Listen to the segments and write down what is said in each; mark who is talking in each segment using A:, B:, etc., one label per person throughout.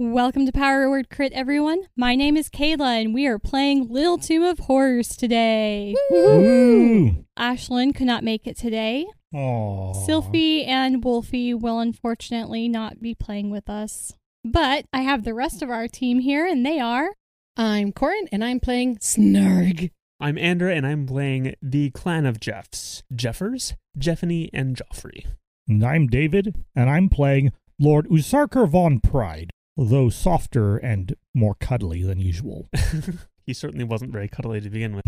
A: Welcome to Power Word Crit, everyone. My name is Kayla, and we are playing Little Tomb of Horrors today.
B: Ooh.
A: Ashlyn could not make it today.
B: Aww.
A: Sylphie and Wolfie will unfortunately not be playing with us. But I have the rest of our team here, and they are
C: I'm Corin, and I'm playing Snarg.
D: I'm Andra, and I'm playing the clan of Jeffs Jeffers, Jeffany, and Joffrey.
B: And I'm David, and I'm playing Lord Usarker von Pride, though softer and more cuddly than usual.
D: he certainly wasn't very cuddly to begin with.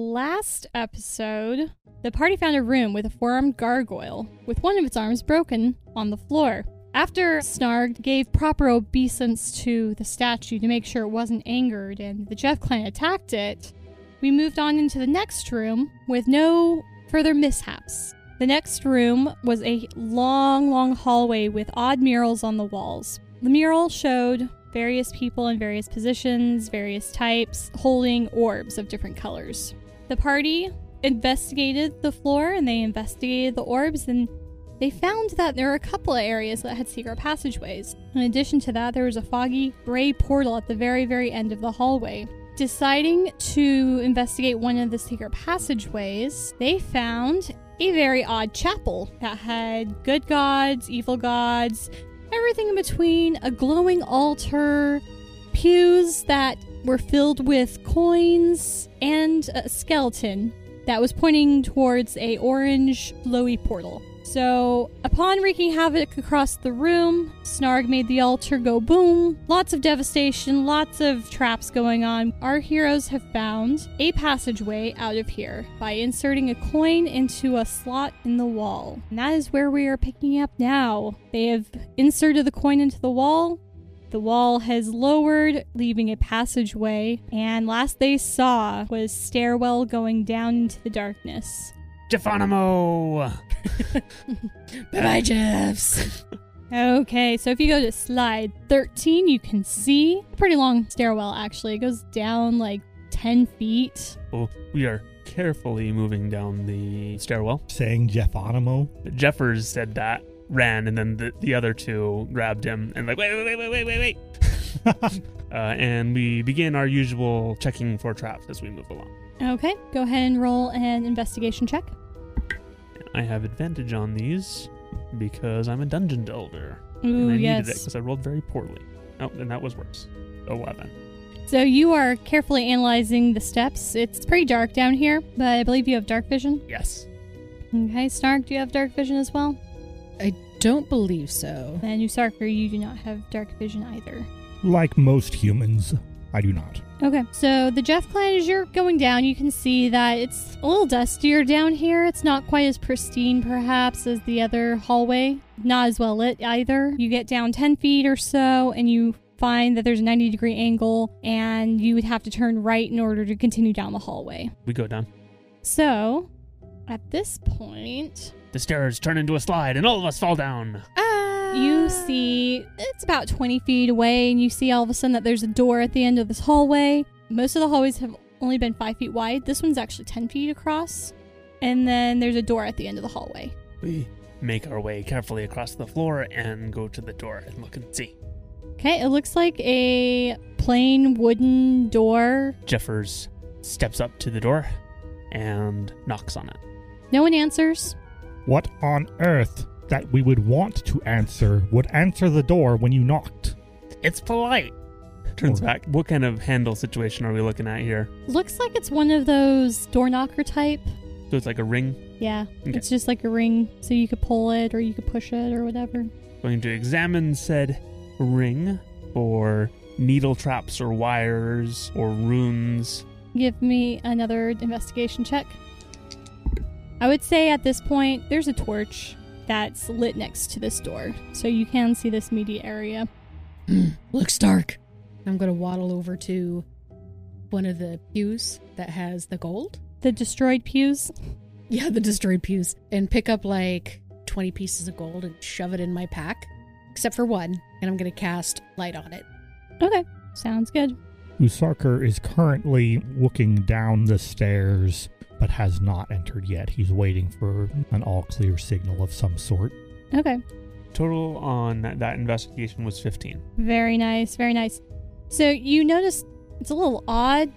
A: last episode. The party found a room with a four armed gargoyle, with one of its arms broken, on the floor. After Snarg gave proper obeisance to the statue to make sure it wasn't angered and the Jeff clan attacked it, we moved on into the next room with no further mishaps. The next room was a long, long hallway with odd murals on the walls. The mural showed various people in various positions, various types, holding orbs of different colors. The party investigated the floor and they investigated the orbs and they found that there were a couple of areas that had secret passageways. In addition to that, there was a foggy gray portal at the very, very end of the hallway. Deciding to investigate one of the secret passageways, they found a very odd chapel that had good gods, evil gods, everything in between, a glowing altar, pews that were filled with coins, and a skeleton that was pointing towards a orange glowy portal. So, upon wreaking havoc across the room, Snarg made the altar go boom. Lots of devastation, lots of traps going on. Our heroes have found a passageway out of here by inserting a coin into a slot in the wall. And that is where we are picking up now. They have inserted the coin into the wall. The wall has lowered, leaving a passageway, and last they saw was stairwell going down into the darkness.
D: Geronimo!
C: Bye bye, Jeffs.
A: Okay, so if you go to slide 13, you can see a pretty long stairwell actually. It goes down like 10 feet.
D: Oh, we are carefully moving down the stairwell.
B: Saying Jeffonimo.
D: Jeffers said that, ran, and then the, the other two grabbed him and, like, wait, wait, wait, wait, wait, wait, wait. Uh, and we begin our usual checking for traps as we move along.
A: Okay, go ahead and roll an investigation check.
D: I have advantage on these because I'm a dungeon delver.
A: Ooh,
D: and I needed it
A: yes.
D: because I rolled very poorly. Oh, and that was worse. 11.
A: So you are carefully analyzing the steps. It's pretty dark down here, but I believe you have dark vision.
D: Yes.
A: Okay, Snark, do you have dark vision as well?
C: I don't believe so.
A: And Usarker, you do not have dark vision either.
B: like most humans, I do not.
A: Okay, so the Jeff clan, as you're going down, you can see that it's a little dustier down here. It's not quite as pristine, perhaps, as the other hallway. Not as well lit either. You get down 10 feet or so, and you find that there's a 90 degree angle, and you would have to turn right in order to continue down the hallway.
D: We go down.
A: So, at this point,
D: The stairs turn into a slide and all of us fall down.
C: Ah.
A: you see it's about 20 feet away and you see all of a sudden that there's a door at the end of this hallway most of the hallways have only been five feet wide this one's actually 10 feet across and then there's a door at the end of the hallway
D: We make our way carefully across the floor and go to the door and look and see.
A: okay it looks like a plain wooden door
D: Jeffers steps up to the door and knocks on it.
A: no one answers
B: What on earth that we would want to answer would answer the door when you knocked?
D: It's polite. Turns
B: Or-
D: back. What kind of handle situation are we looking at here?
A: looks like it's one of those door knocker type
D: So it's like a ring.
A: yeah
D: Okay.
A: it's just like a ring so you could pull it or you could push it or whatever
D: Going to examine said ring for needle traps or wires or runes.
A: Give me another investigation check. I would say at this point, there's a torch that's lit next to this door, so you can see this media area.
C: Looks dark. I'm going to waddle over to one of the pews that has the gold.
A: The destroyed pews.
C: Yeah, the destroyed pews. And pick up like 20 pieces of gold and shove it in my pack, except for one. And I'm going to cast light on it.
A: Okay, sounds good.
B: Usarker is currently looking down the stairs, but has not entered yet. He's waiting for an all clear signal of some sort.
A: Okay.
D: Total on that investigation was 15.
A: Very nice, very nice. So you notice it's a little odd.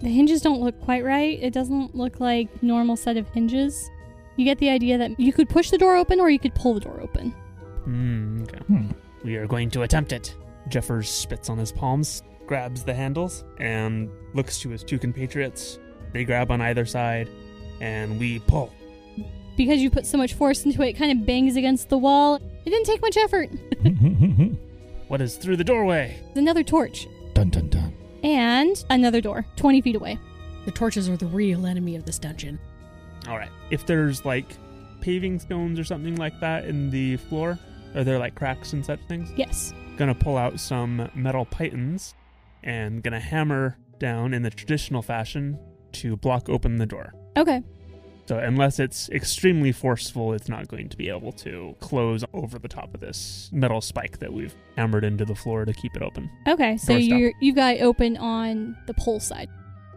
A: The hinges don't look quite right. It doesn't look like normal set of hinges. You get the idea that you could push the door open or you could pull the door open.
D: Hmm, okay.
B: Hmm.
D: We are going to attempt it. Jeffers spits on his palms, grabs the handles, and looks to his two compatriots. They grab on either side, and we pull.
A: Because you put so much force into it, it kind of bangs against the wall. It didn't take much effort.
B: dun
D: What is through the doorway?
A: Another torch
B: dun dun.
A: and another door 20 feet away.
C: The torches are the real enemy of this dungeon.
D: All right. If there's like paving stones or something like that in the floor, are there like cracks and such things?
A: Yes.
D: Gonna pull out some metal pythons and gonna hammer down in the traditional fashion to block open the door.
A: Okay.
D: So unless it's extremely forceful, it's not going to be able to close over the top of this metal spike that we've hammered into the floor to keep it open.
A: Okay. So
D: Door stop.
A: you you've got it open on the pull side.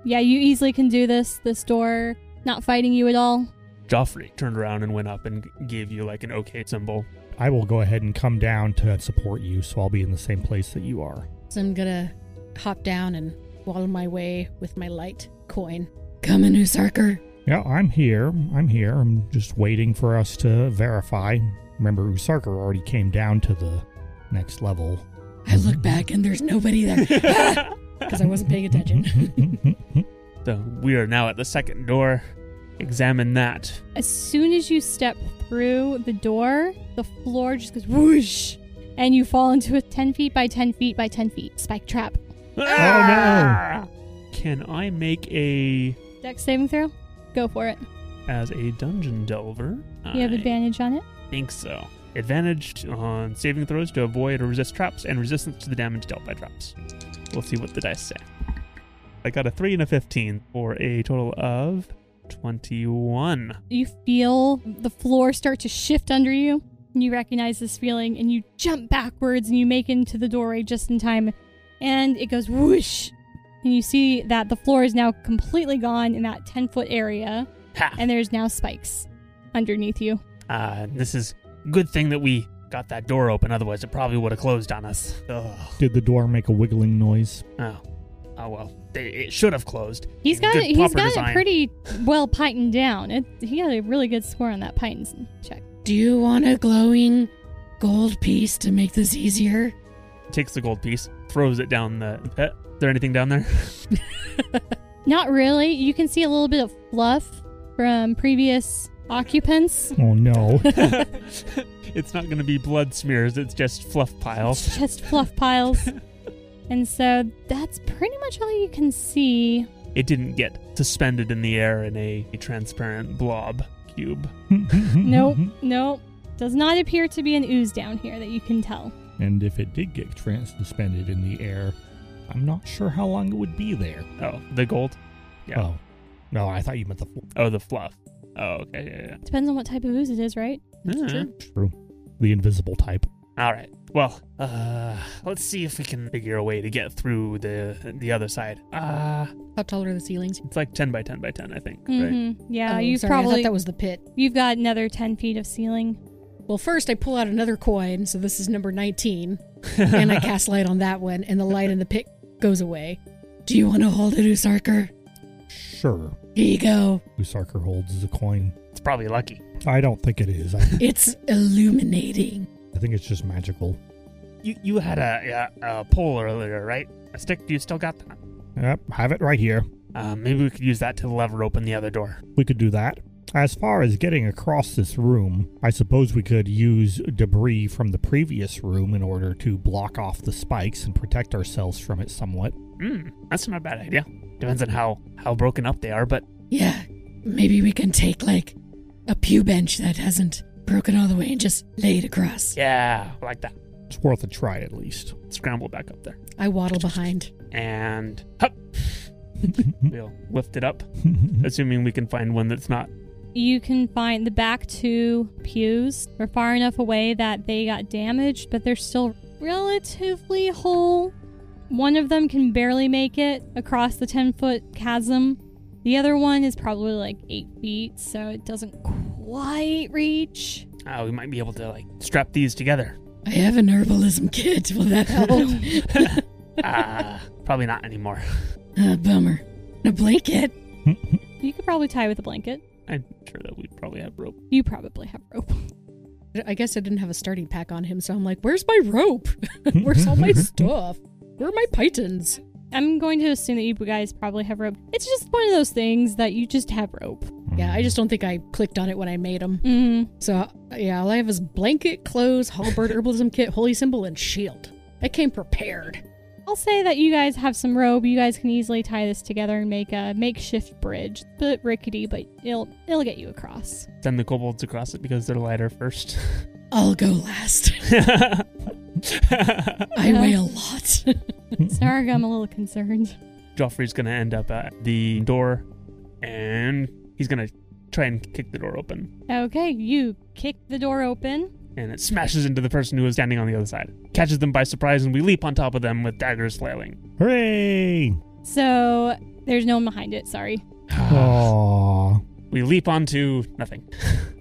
A: Yeah, you easily can do this. This door not fighting you at all.
D: Joffrey turned around and went up and g- gave you like an okay symbol.
B: I will go ahead and come down to support you, so I'll be in the same place that you are.
C: So I'm gonna hop down and waddle my way with my light coin. Come in, Usarker.
B: Yeah, I'm here. I'm here. I'm just waiting for us to verify. Remember, Usarker already came down to the next level.
C: I look back and there's nobody there because I wasn't paying attention.
D: So we are now at the second door. Examine that.
A: As soon as you step through the door, the floor just goes whoosh, and you fall into a 10 feet by 10 feet by 10 feet spike trap.
B: Ah!
D: Can I make a
A: Deck saving throw? Go for it.
D: as a dungeon delver?
A: You have
D: I
A: advantage on it.
D: think so. Advantage on saving throws to avoid or resist traps and resistance to the damage dealt by traps. We'll see what the dice say. I got a 3 and a 15 for a total of 21.
A: You feel the floor start to shift under you. And you recognize this feeling and you jump backwards and you make into the doorway just in time. And it goes whoosh. And you see that the floor is now completely gone in that 10 foot area.
D: Ha!
A: And there's now spikes underneath you.
D: Uh, this is good thing that we got that door open, otherwise it probably would have closed on us. Ugh.
B: Did the door make a wiggling noise?
D: Oh. Oh well. They- It should have closed.
A: He's got
D: Good
A: it. He's
D: proper
A: got it
D: design.
A: pretty well pythoned down. It, he got a really good score on that python check.
C: Do you want a glowing gold piece to make this easier?
D: Takes the gold piece, throws it down the pit. Is there anything down there?
A: Not really. You can see a little bit of fluff from previous occupants.
B: Oh no.
D: it's not going to be blood smears. It's just fluff piles.
A: It's just fluff piles. and so that's pretty much all you can see.
D: It didn't get suspended in the air in a, a transparent blob cube.
A: Nope. Nope. Does not appear to be an ooze down here that you can tell.
B: And if it did get trans suspended in the air, I'm not sure how long it would be there.
D: Oh, the gold. Yeah.
B: Oh. No, I thought you meant the floor.
D: Oh, the fluff. Oh, okay. Yeah, yeah.
A: Depends on what type of ooze it is, right?
D: That's
C: Mhm.
D: true.
B: True. The invisible type.
D: All right. Well, uh, let's see if we can figure a way to get through the the other side. Uh,
C: How tall are the ceilings?
D: it's like ten by ten by ten, I think. Right.
A: Mm-hmm. Yeah,
C: Oh,
A: you've
C: sorry, I
A: probably
C: thought that was the pit.
A: you've got another ten feet of ceiling.
C: Well, first I pull out another coin, so this is number 19, and I cast light on that one, and the light in the pit goes away. Do you want to hold it, Usarker?
B: Sure.
C: Here you go.
B: Usarker holds the coin.
D: It's probably lucky.
B: I don't think it is. I,
C: It's illuminating.
B: I think it's just magical.
D: You you had a, a a pole earlier, right? A stick. You still got that?
B: Yep, have it right here.
D: Uh, maybe we could use that to lever open the other door.
B: We could do that. As far as getting across this room, I suppose we could use debris from the previous room in order to block off the spikes and protect ourselves from it somewhat.
D: Hmm, that's not a bad idea. Depends on how how broken up they are, but
C: Yeah, maybe we can take like a pew bench that hasn't broken all the way and just lay it across.
D: yeah, I like that.
B: It's worth a try at least.
D: Scramble back up there
C: I waddle behind.
D: and hup. We'll lift it up, assuming we can find one that's not.
A: You can find the back two pews are far enough away that they got damaged, but they're still relatively whole. One of them can barely make it across the 10 foot chasm. The other one is probably like 8 feet, so it doesn't quite reach.
D: Oh, we might be able to like strap these together.
C: I have an herbalism kit. Will that help? Oh.
D: Ah, probably not anymore.
C: Ah, bummer. A blanket.
A: You could probably tie with a blanket.
D: I'm sure that we'd probably have rope.
A: You probably have rope.
C: I guess I didn't have a starting pack on him, so I'm like, where's my rope? Where's all my stuff? Where are my pythons?
A: I'm going to assume that you guys probably have rope. It's just one of those things that you just have rope.
C: Yeah, I just don't think I clicked on it when I made them.
A: Mm.
C: So, yeah, all I have is blanket, clothes, halberd, herbalism kit, holy symbol, and shield. I came prepared.
A: I'll say that you guys have some rope. You guys can easily tie this together and make a makeshift bridge. It's a bit rickety, but it'll it'll get you across.
D: Send the kobolds across it because they're lighter first.
C: I'll go last. I
A: Yeah.
C: weigh a lot.
A: Snarg, I'm a little concerned.
D: Joffrey's gonna end up at the door, and he's gonna try and kick the door open,
A: Okay, you kick the door open.
D: and it smashes into the person who is standing on the other side, catches them by surprise, and we leap on top of them with daggers flailing.
B: Hooray!
A: So there's no one behind it. Sorry.
B: Aww.
D: We leap onto nothing.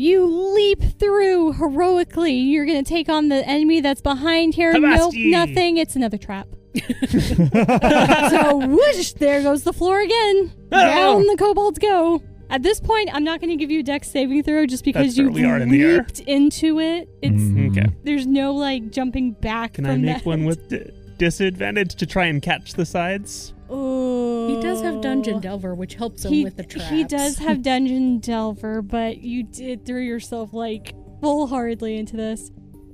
A: You leap through heroically. You're gonna take on the enemy that's behind here. Nope,
D: Habasti!
A: nothing. It's another trap. so whoosh, there goes the floor again. Down the kobolds go. At this point, I'm not going to give you a dex saving throw just because
D: That's
A: you
D: where we are in the air.
A: leaped into it. It's
D: Okay.
A: there's no like jumping back.
D: Can
A: from
D: I make
A: that.
D: one with d- disadvantage to try and catch the sides?
A: Oh,
C: He does have Dungeon Delver, which helps him
A: He,
C: with the traps.
A: he does have dungeon delver, but you did throw yourself like full-heartedly into this.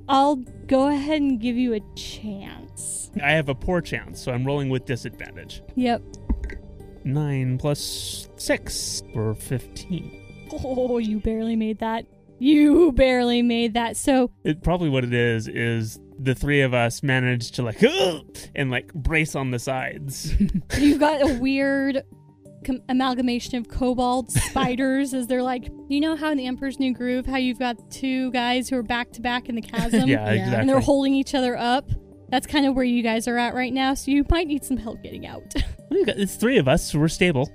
A: I'll go ahead and give you a chance.
D: I have a poor chance, so I'm rolling with disadvantage.
A: Yep.
D: Nine plus six for fifteen.
A: Oh, you barely made that. You barely made that. So
D: It probably what it is is the three of us managed to like and like brace on the sides.
A: You've got a weird com- amalgamation of kobold spiders as they're like, you know how in the Emperor's New Groove, how you've got two guys who are back to back in the chasm
D: yeah, exactly.
A: and they're holding each other up? That's kind of where you guys are at right now, so you might need some help getting out.
D: We've got- it's three of us, so we're stable.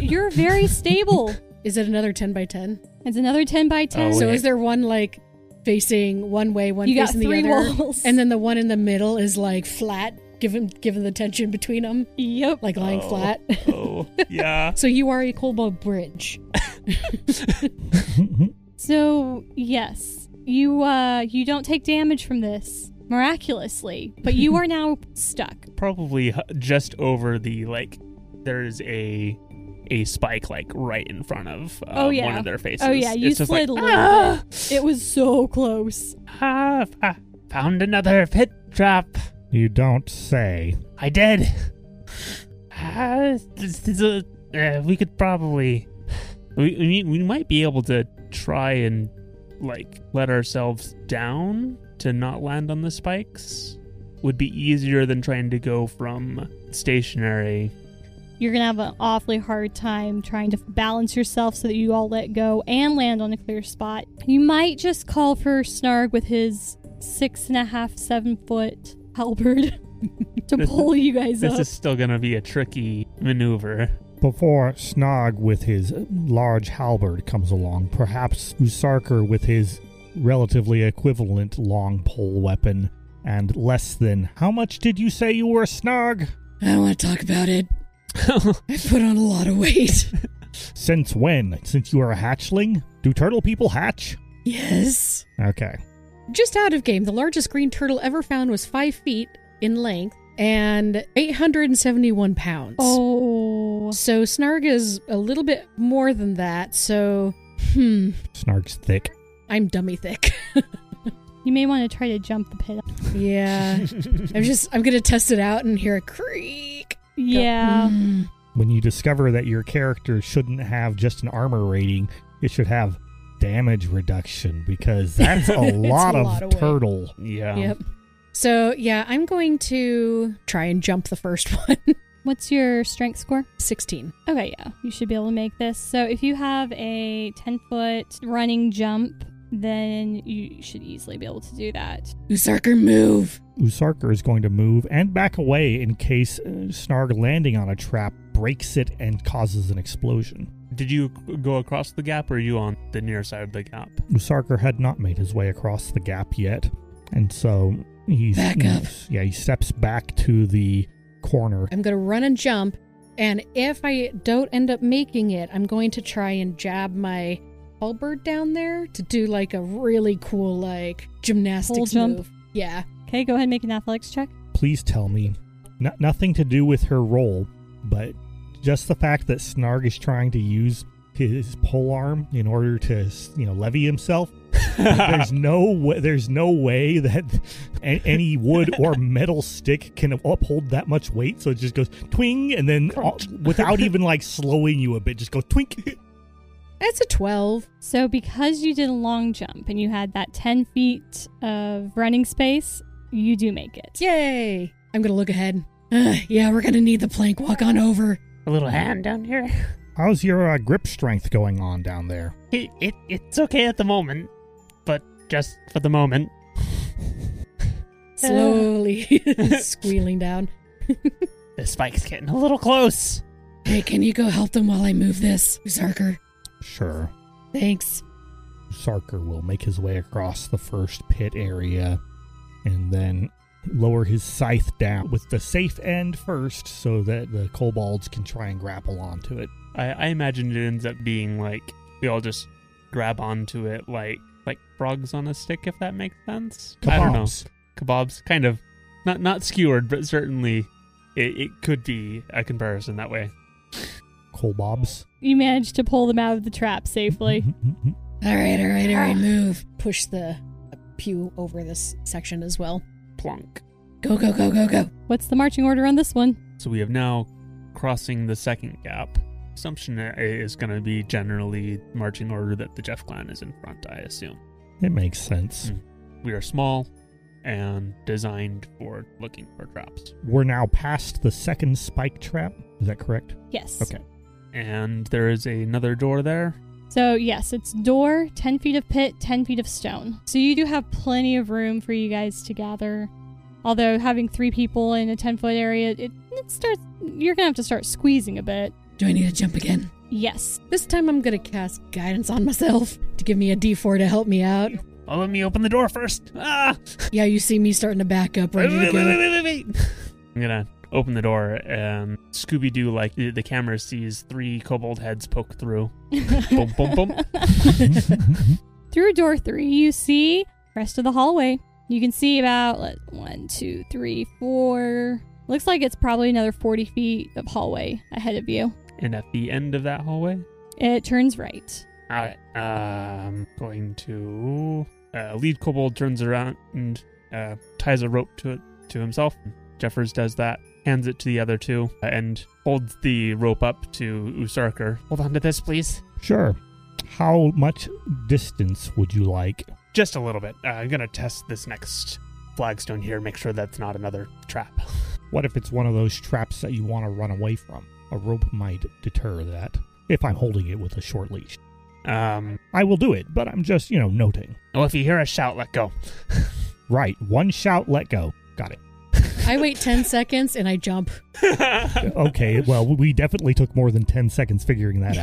A: You're very stable.
C: Is it another 10 by 10?
A: It's another 10 by 10.
D: Oh,
C: So
D: wait.
C: is there one like facing one way, one
A: you got
C: facing
A: three
C: the other?
A: walls.
C: And then the one in the middle is like flat, given given the tension between them,
A: yep.
C: like lying
D: Oh.
C: flat.
D: Oh, yeah.
C: So you are a kobold bridge.
A: So, yes, you uh you don't take damage from this miraculously, but you are now stuck.
D: Probably h- just over the like. There is a a spike like right in front of uh,
A: Oh, yeah.
D: one of their faces.
A: Oh yeah, you
D: It's just like,
A: slid a little
D: "Ah,
A: bit. It was so close.
D: ah, f- found another pit trap.
B: you don't say.
D: I did. Ah, this- this, uh, uh, we could probably we, we we might be able to try and like let ourselves down to not land on the spikes. Would be easier than trying to go from stationary.
A: You're gonna have an awfully hard time trying to balance yourself so that you all let go and land on a clear spot. You might just call for Snarg with his six and a half, seven foot halberd to
D: This-
A: pull you guys
D: This
A: up.
D: is still gonna be a tricky maneuver.
B: Before Snog with his large halberd comes along, perhaps Usarker with his relatively equivalent long pole weapon and less than. How much did you say you were, Snog?
C: I don't want to talk about it. I put on a lot of weight.
B: Since when? Since you are a hatchling? Do turtle people hatch?
C: yes.
B: Okay.
C: Just out of game, the largest green turtle ever found was five feet in length and 871 pounds.
A: oh,
C: So Snarg is a little bit more than that. So, hmm,
B: Snark's thick.
C: I'm dummy thick.
A: you may want to try to jump the pit.
C: yeah. I'm just, I'm going to test it out and hear a creak. Go,
A: Yeah,
C: "Hmm."
B: When you discover that your character shouldn't have just an armor rating, it should have damage reduction because that's a
C: It's a
B: lot of
C: lot of weight.
B: turtle.
D: yeah.
C: Yep. So, yeah, I'm going to try and jump the first one.
A: what's your strength score?
C: 16.
A: Okay, yeah, you should be able to make this. So if you have a 10 foot running jump, then you should easily be able to do that.
C: Usarker, move.
B: Usarker is going to move and back away in case uh, Snarg landing on a trap breaks it and causes an explosion.
D: Did you go across the gap, or are you on the near side of the gap?
B: Usarker had not made his way across the gap yet, and so he's
C: Back up.
B: Yeah, he steps back to the corner.
C: I'm gonna run and jump, and if I don't end up making it, I'm going to try and jab my halberd down there to do like a really cool like gymnastics
A: Pole jump?
C: move. Yeah.
A: Okay, go ahead and make an athletics check.
B: Please tell me, no- nothing to do with her role, but just the fact that Snarg is trying to use his pole arm in order to, you know, levy himself. there's no way, there's no way that a- any wood or metal stick can uphold that much weight. So it just goes twing, and then all- without even like slowing you a bit, just goes twink.
C: That's a twelve.
A: So, because you did a long jump and you had that 10 feet of running space, you do make it.
C: Yay! I'm gonna look ahead. Uh, yeah, we're gonna need the plank walk on over.
E: A little hand down here.
B: How's your uh, grip strength going on down there?
E: It, it it's okay at the moment, but just for the moment.
C: Slowly squealing down.
E: The spike's getting a little close.
C: Hey, can you go help them while I move this, Usarker?
B: Sure.
C: Thanks.
B: Sarker will make his way across the first pit area and then lower his scythe down with the safe end first so that the kobolds can try and grapple onto it.
D: I, I imagine it ends up being like we all just grab onto it like like frogs on a stick, if that makes sense. I don't know.
B: Kabobs.
D: Kebabs, kind of, not not skewered, but certainly it, it could be a comparison that way.
B: Kobobs. Mm-hmm,
A: You managed to pull them out of the trap safely.
C: All right, all right, all right, move. Push the pew over this section as well.
D: Plonk.
C: Go, go, go, go, go.
A: What's the marching order on this one?
D: So we have now crossing the second gap. Assumption is going to be generally marching order that the Jeff clan is in front. I assume
B: mm-hmm. it makes
D: Mm.
B: sense.
D: we are small and designed for looking for traps.
B: We're now past the second spike trap. Is that correct?
A: Yes.
B: Okay.
D: And there is another door there.
A: So, yes, it's door, 10 feet of pit, 10 feet of stone. So, you do have plenty of room for you guys to gather. Although, having three people in a 10 foot area, it, it starts, you're going to have to start squeezing a bit.
C: Do I need to jump again?
A: Yes.
C: This time I'm gonna cast guidance on myself to give me a D4 to help me out.
E: Oh, let me open the door first. Ah!
C: Yeah, you see me starting to back up,
E: Wait,
C: ready
E: wait,
C: to
E: wait,
C: go.
E: wait, wait, wait.
D: I'm gonna open the door and Scooby Doo like the, the camera sees three kobold heads poke through. Boom, boom, boom.
A: Through door three, you see rest of the hallway. You can see about like, one, two, three, four. Looks like it's probably another 40 feet of hallway ahead of you.
D: And at the end of that hallway,
A: It turns right.
D: all right, uh, I'm going to uh, lead kobold turns around and uh, ties a rope to it to himself. Jeffers does that, hands it to the other two, uh, and holds the rope up to Usarker.
E: Hold on to this, please.
B: Sure. How much distance would you like?
D: Just a little bit. Uh, I'm gonna test this next flagstone here, make sure that's not another trap.
B: What if it's one of those traps that you want to run away from? A rope might deter that if I'm holding it with a short leash.
D: Um,
B: I will do it, but I'm just, you know, noting.
E: Oh, if you hear a shout, let go.
B: Right, one shout, let go. Got it.
C: I wait 10 seconds and I jump.
B: Okay, well, we definitely took more than 10 seconds figuring that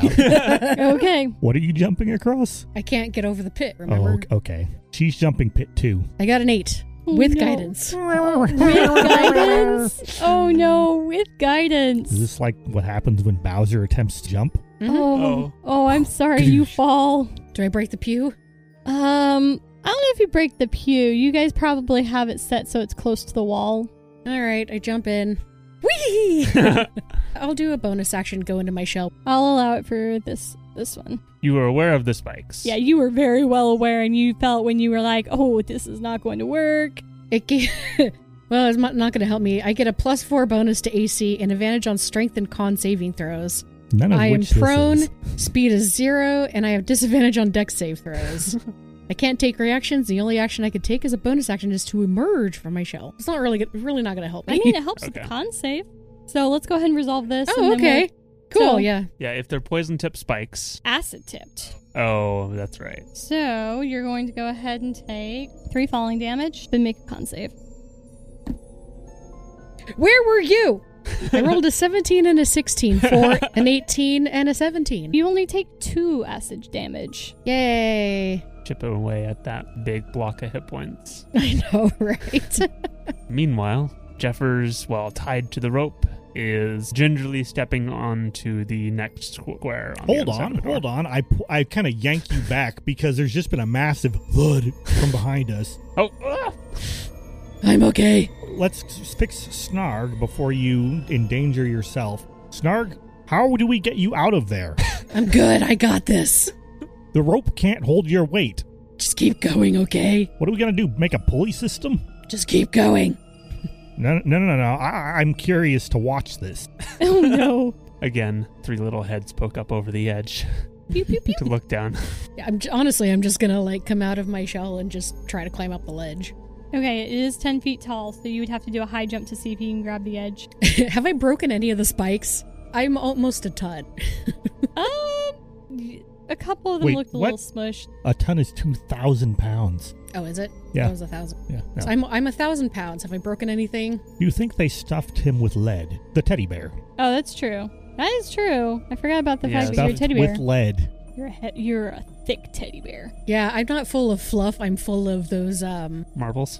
B: out.
A: Okay.
B: what are you jumping across?
C: I can't get over the pit,
B: Oh,
C: remember?
B: ok- okay. She's jumping pit two.
C: I got an 8 with
A: Oh, No.
C: guidance.
A: With guidance? Oh no, with guidance.
B: Is this like what happens when Bowser attempts to jump?
A: oh,
B: Uh-huh.
D: Oh.
A: oh, I'm sorry, you
B: Goosh.
A: fall.
C: Mm-hmm. Do I break the pew?
A: Um, I don't know if you break the pew. You guys probably have it set so it's close to the wall.
C: All right, I jump in. Whee! I'll do a bonus action, go into my shell.
A: I'll allow it for this this one.
D: you were aware of the spikes.
A: Yeah, you were very well aware, and you felt when you were like, "Oh, this is not going to work."
C: It gave, well, it's not going to help me. I get a plus four bonus to AC and advantage on strength and con saving throws.
B: None of
C: I am
B: which this
C: prone,
B: is.
C: speed is zero, and I have disadvantage on deck save throws. I can't take reactions. The only action I could take as a bonus action is to emerge from my shell. It's not really, go- really not going to help
A: I
C: me.
A: mean, it helps with the
D: Okay.
A: con save. So let's go ahead and resolve this. and
C: oh,
A: then we'll-
C: okay. Cool.
A: So-
C: yeah.
D: Yeah, if they're poison tip spikes.
A: Acid tipped.
D: Oh, that's right.
A: So you're going to go ahead and take three falling damage, then make a con save.
C: Where were you? I rolled a 17 and a 16 for an 18 and a 17.
A: You only take two acid damage.
C: Yay.
D: Chip away at that big block of hit points.
C: I know, right?
D: Meanwhile, Jeffers, while tied to the rope, is gingerly stepping onto the next square. On
B: Hold on, hold on. I, pu- I kind of yank you back because there's just been a massive thud from behind us.
D: Oh, ah!
C: I'm okay.
B: Let's s- fix Snarg before you endanger yourself. Snarg, how do we get you out of there?
C: I'm good. I got this.
B: the rope can't hold your weight.
C: Just keep going, okay?
B: What are we going to do? Make a pulley system?
C: Just keep going.
B: No, no, no, no. no. I, I'm curious to watch this.
A: Oh no.
D: again, three little heads poke up over the edge
A: pew, pew, pew.
D: to look down.
C: Yeah, I'm j- honestly, I'm just gonna like come out of my shell and just try to climb up the ledge.
A: Okay, it is 10 feet tall, so you would have to do a high jump to see if you can grab the edge.
C: Have I broken any of the spikes? I'm almost a ton.
A: um, y- a couple of them
B: Wait,
A: looked a
B: what?
A: little smushed.
B: A ton is 2,000 pounds.
C: Oh, is it?
B: Yeah.
C: That was a thousand.
B: Yeah.
C: So I'm I'm a thousand pounds. Have I broken anything?
B: You think they stuffed him with lead? The teddy bear.
A: Oh, that's true. That is true. I forgot about the
D: Yeah,
A: fact that you're a
B: Stuffed
A: teddy bear.
B: With lead.
A: You're a he- you're a thick teddy bear.
C: Yeah, I'm not full of fluff. I'm full of those um
D: Marbles.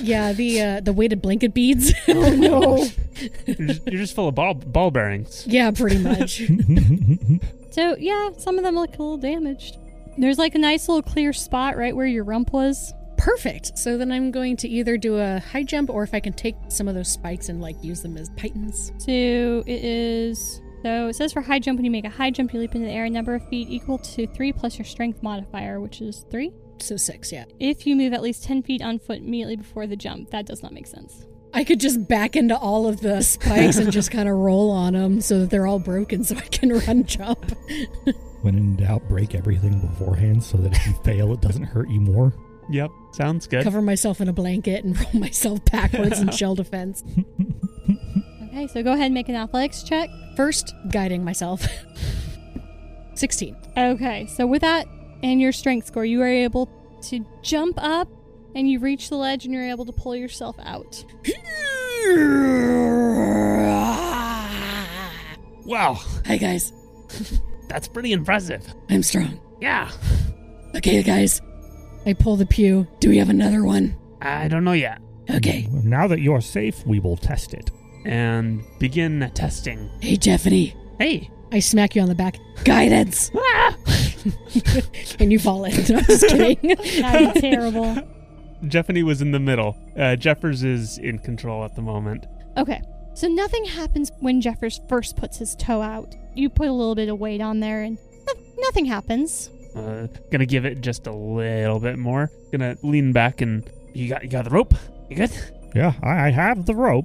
C: yeah, the uh the weighted blanket beads.
A: Oh no.
D: You're just, you're just full of ball, ball bearings.
C: yeah, pretty much.
A: so yeah, some of them look a little damaged. There's like a nice little clear spot right where your rump was.
C: Perfect. So then I'm going to either do a high jump or if I can take some of those spikes and like use them as pythons.
A: So it is. So it says for high jump, when you make a high jump, you leap into the air a number of feet equal to three plus your strength modifier, which is three.
C: So six, yeah.
A: If you move at least 10 feet on foot immediately before the jump, that does not make sense.
C: I could just back into all of the spikes and just kind of roll on them so that they're all broken so I can run jump.
B: when in doubt, break everything beforehand so that if you fail, it doesn't hurt you more.
D: Yep, sounds good.
C: Cover myself in a blanket and roll myself backwards in shell defense.
A: Okay, so go ahead and make an athletics check.
C: First, guiding myself. 16.
A: Okay, so with that and your strength score, you are able to jump up and you reach the ledge and you're able to pull yourself out.
D: Wow,
C: Hi guys,
D: that's pretty impressive.
C: I'm strong.
E: Yeah,
C: Okay, guys. I pull the pew. Do we have another one?
E: I don't know yet.
C: Okay.
B: Now that you're safe, we will test it.
D: And begin testing.
C: Hey, Jeffany.
E: Hey,
C: I smack you on the back. Guidance.
E: ah!
C: and you fall in. No, I'm just kidding.
A: That'd be terrible.
D: Jeffany was in the middle. Uh, Jeffers is in control at the moment.
A: Okay, so nothing happens when Jeffers first puts his toe out. You put a little bit of weight on there and no- nothing happens.
D: Uh, gonna give it just a little bit more. Gonna lean back and you got you got the rope. You good?
B: Yeah, I, I have the rope.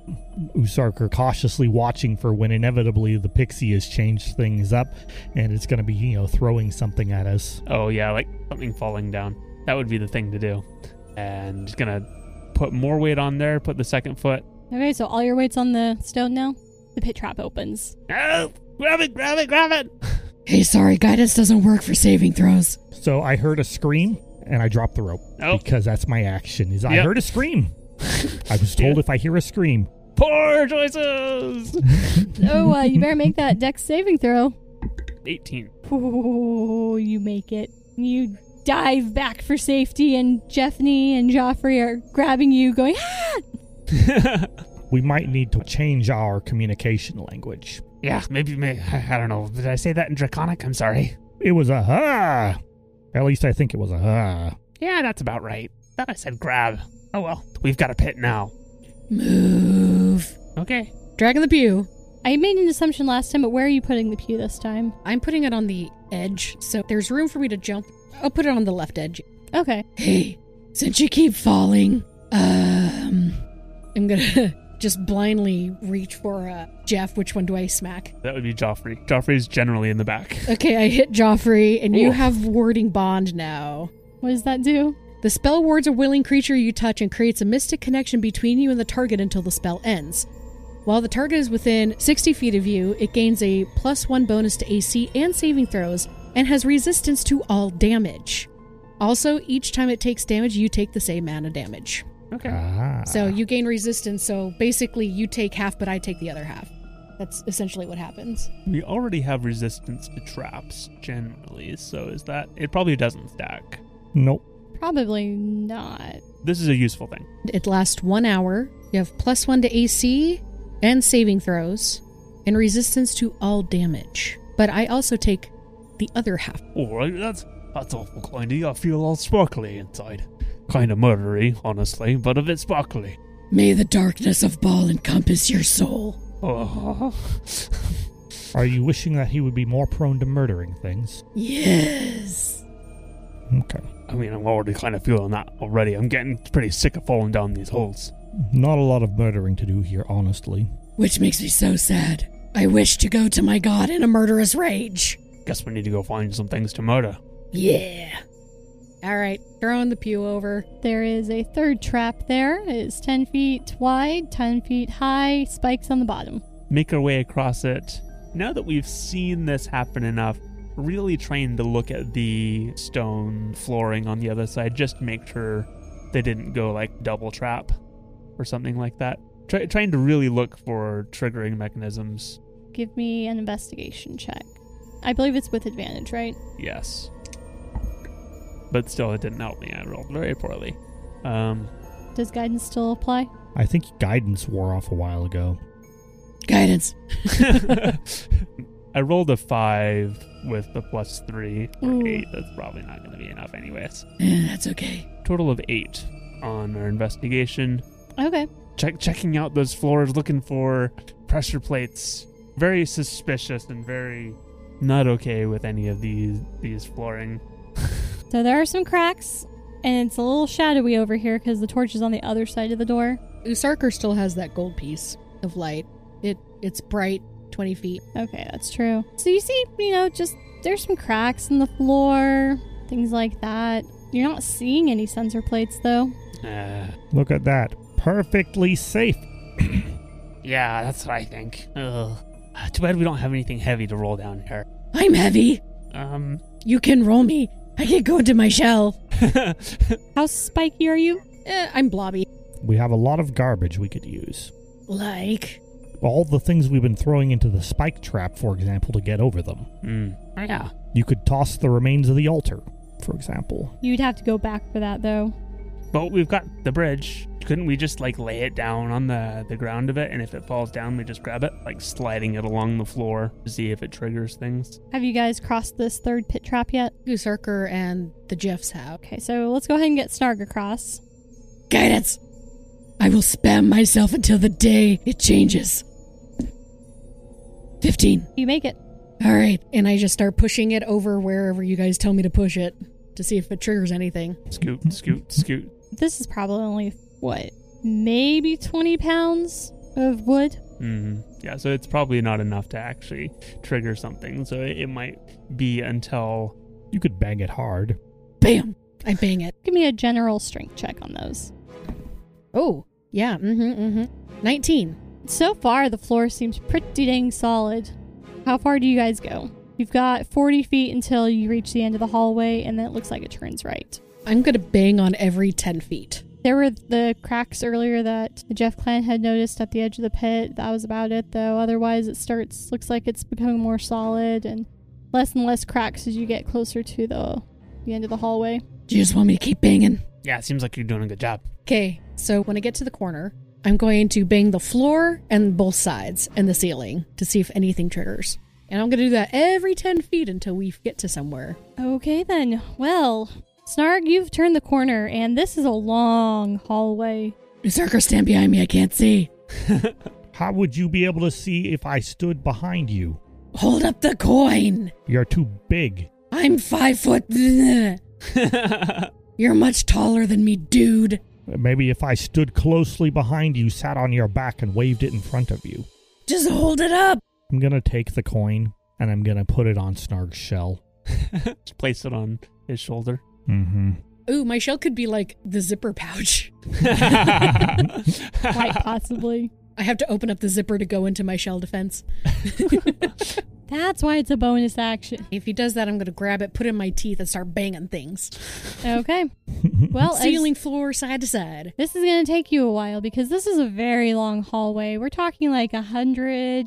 B: Usarker cautiously watching for when inevitably the pixie has changed things up and it's going to be, you know, throwing something at us.
D: Oh yeah, like something falling down. That would be the thing to do. And just gonna put more weight on there. Put the second foot.
A: Okay, so all your weight's on the stone now. The pit trap opens.
D: Oh, grab it, grab it, grab it.
C: Hey, sorry, guidance doesn't work for saving throws.
B: So I heard a scream and I dropped the rope
D: Oh,
B: because that's my action. Is I
D: Yep.
B: heard a scream. I was told
D: Yeah.
B: if I hear a scream,
D: poor choices.
A: So uh, you better make that dex saving throw.
D: Eighteen.
A: Ooh, you make it. You dive back for safety, and Jeffney and Joffrey are grabbing you, going, ah!
B: we might need to change our communication language.
E: Yeah, maybe, may I don't know. Did I say that in Draconic? I'm sorry.
B: It was a ha. At least I think it was a ha.
E: Yeah, that's about right. Thought I said grab. Oh well, we've got a pit now.
C: Move.
E: Okay.
C: Dragging the pew.
A: I made an assumption last time, but where are you putting the pew this time?
C: I'm putting it on the edge, so there's room for me to jump. I'll put it on the left edge.
A: Okay.
C: Hey, since you keep falling, um, I'm gonna just blindly reach for uh, Jeff. Which one do I smack?
D: That would be Joffrey. Joffrey's generally in the back.
C: Okay, I hit Joffrey, and you
D: Oof.
C: have warding bond now.
A: What does that do?
C: The spell wards a willing creature you touch and creates a mystic connection between you and the target until the spell ends. While the target is within 60 feet of you, it gains a plus one bonus to AC and saving throws and has resistance to all damage. Also, each time it takes damage, you take the same amount of damage.
E: Okay.
B: Ah.
C: So you gain resistance, so basically you take half, but I take the other half. That's essentially what happens.
D: We already have resistance to traps generally, so is that. It probably doesn't stack.
B: Nope.
A: Probably not.
D: This is a useful thing.
C: It lasts one hour. You have plus one to AC and saving throws and resistance to all damage. But I also take the other half.
E: Alright, Oh, that's that's awful kindy. I feel all sparkly inside. Kinda murdery, honestly, but a bit sparkly.
C: May the darkness of Ball encompass your soul.
E: Oh.
B: Are you wishing that he would be more prone to murdering things?
C: Yes.
B: Okay.
E: I mean, I'm already kind of feeling that already. I'm getting pretty sick of falling down these holes.
B: Not a lot of murdering to do here, honestly.
C: Which makes me so sad. I wish to go to my god in a murderous rage.
E: Guess we need to go find some things to murder.
C: Yeah. All right, throwing the pew over.
A: There is a third trap there. It's 10 feet wide, 10 feet high, spikes on the bottom.
D: Make our way across it. Now that we've seen this happen enough, really trying to look at the stone flooring on the other side just to make sure they didn't go like double trap or something like that. Try, trying to really look for triggering mechanisms.
A: Give me an investigation check. I believe it's with advantage, right?
D: Yes. But still, it didn't help me. I rolled very poorly. Um,
A: Does guidance still apply?
B: I think guidance wore off a while ago.
C: Guidance.
D: I rolled a five with the plus three or
A: Ooh.
D: eight. That's probably not going to be enough, anyways.
C: Eh, that's okay.
D: Total of eight on our investigation.
A: Okay.
D: Check checking out those floors, looking for pressure plates. Very suspicious and very not okay with any of these these flooring.
A: So there are some cracks, and it's a little shadowy over here because the torch is on the other side of the door.
C: Usarker still has that gold piece of light. It it's bright, twenty feet.
A: Okay, that's true. So you see, you know, just there's some cracks in the floor, things like that. You're not seeing any sensor plates though.
E: Uh,
B: Look at that. Perfectly safe.
E: yeah, that's what I think. Ugh. Too bad we don't have anything heavy to roll down here.
C: I'm heavy.
E: Um,
C: You can roll me. I can go into my shell.
A: How spiky are you?
C: Eh, I'm blobby.
B: We have a lot of garbage we could use.
C: Like
B: All the things we've been throwing into the spike trap, for example, to get over them.
D: Hmm.
E: mm, yeah.
B: You could toss the remains of the altar, for example.
A: You'd have to go back for that though.
E: But we've got the bridge. Couldn't we just like lay it down on the the ground of it, and if it falls down, we just grab it, like sliding it along the floor to see if it triggers things.
A: Have you guys crossed this third pit trap yet?
C: Usarker and the Jeffs have.
A: Okay, so let's go ahead and get Snarg across.
C: Guidance. I will spam myself until the day it changes. Fifteen.
A: You make it.
C: All right, and I just start pushing it over wherever you guys tell me to push it to see if it triggers anything.
D: Scoot, scoot, scoot.
A: This is probably only what, maybe twenty pounds of wood.
E: Mm-hmm.
D: Mm, yeah, so it's probably not enough to actually trigger something. So it, it might be until
B: You could bang it hard.
C: Bam! I bang it.
A: Give me a general strength check on those.
C: Oh, yeah. Mm-hmm. Mm-hmm. Nineteen.
A: So far, the floor seems pretty dang solid. How far do you guys go? You've got 40 feet until you reach the end of the hallway, and then it looks like it turns right.
C: I'm gonna bang on every ten feet.
A: There were the cracks earlier that the Jeff clan had noticed at the edge of the pit. That was about it, though. Otherwise, it starts, looks like it's becoming more solid and less and less cracks as you get closer to the, the end of the hallway.
C: Do you just want me to keep banging?
E: Yeah, it seems like you're doing a good job.
C: Okay, so when I get to the corner, I'm going to bang the floor and both sides and the ceiling to see if anything triggers. And I'm gonna do that every 10 feet until we get to somewhere.
A: Okay, then. Well, Snarg, you've turned the corner, and this is a long hallway.
C: Berserker, stand behind me, I can't see.
B: How would you be able to see if I stood behind you?
C: Hold up the coin!
B: You're too big.
C: I'm five foot. You're much taller than me, dude.
B: Maybe if I stood closely behind you, sat on your back, and waved it in front of you.
C: Just hold it up!
B: I'm gonna take the coin and I'm gonna put it on Snarg's shell.
D: just place it on his shoulder.
B: Mm-hmm.
C: Ooh, my shell could be like the zipper pouch.
A: Quite possibly.
C: I have to open up the zipper to go into my shell defense.
A: That's why it's a bonus action.
C: If he does that, I'm going to grab it, put it in my teeth, and start banging things.
A: Okay. Well, as-
C: Ceiling, floor, side to side.
A: This is going to take you a while because this is a very long hallway. We're talking like 100,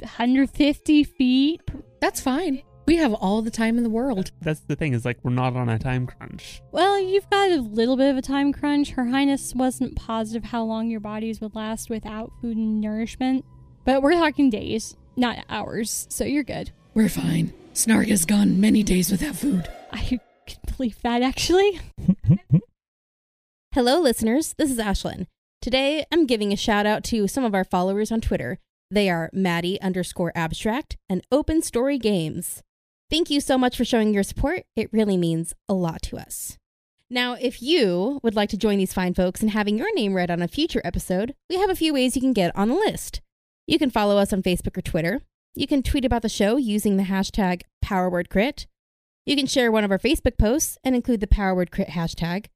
A: 150 feet.
C: That's fine. We have all the time in the world.
E: That's the thing is like we're not on a time crunch.
A: Well, you've got a little bit of a time crunch. Her Highness wasn't positive how long your bodies would last without food and nourishment, but we're talking days, not hours, so you're good.
C: We're fine. Snarg has gone many days without food.
A: I can believe that actually.
F: Hello, listeners. This is Ashlyn. Today, I'm giving a shout out to some of our followers on Twitter. They are Maddie underscore abstract and Open Story Games. Thank you so much for showing your support. It really means a lot to us. Now, if you would like to join these fine folks in having your name read on a future episode, we have a few ways you can get on the list. You can follow us on Facebook or Twitter. You can tweet about the show using the hashtag PowerWordCrit. You can share one of our Facebook posts and include the PowerWordCrit hashtag.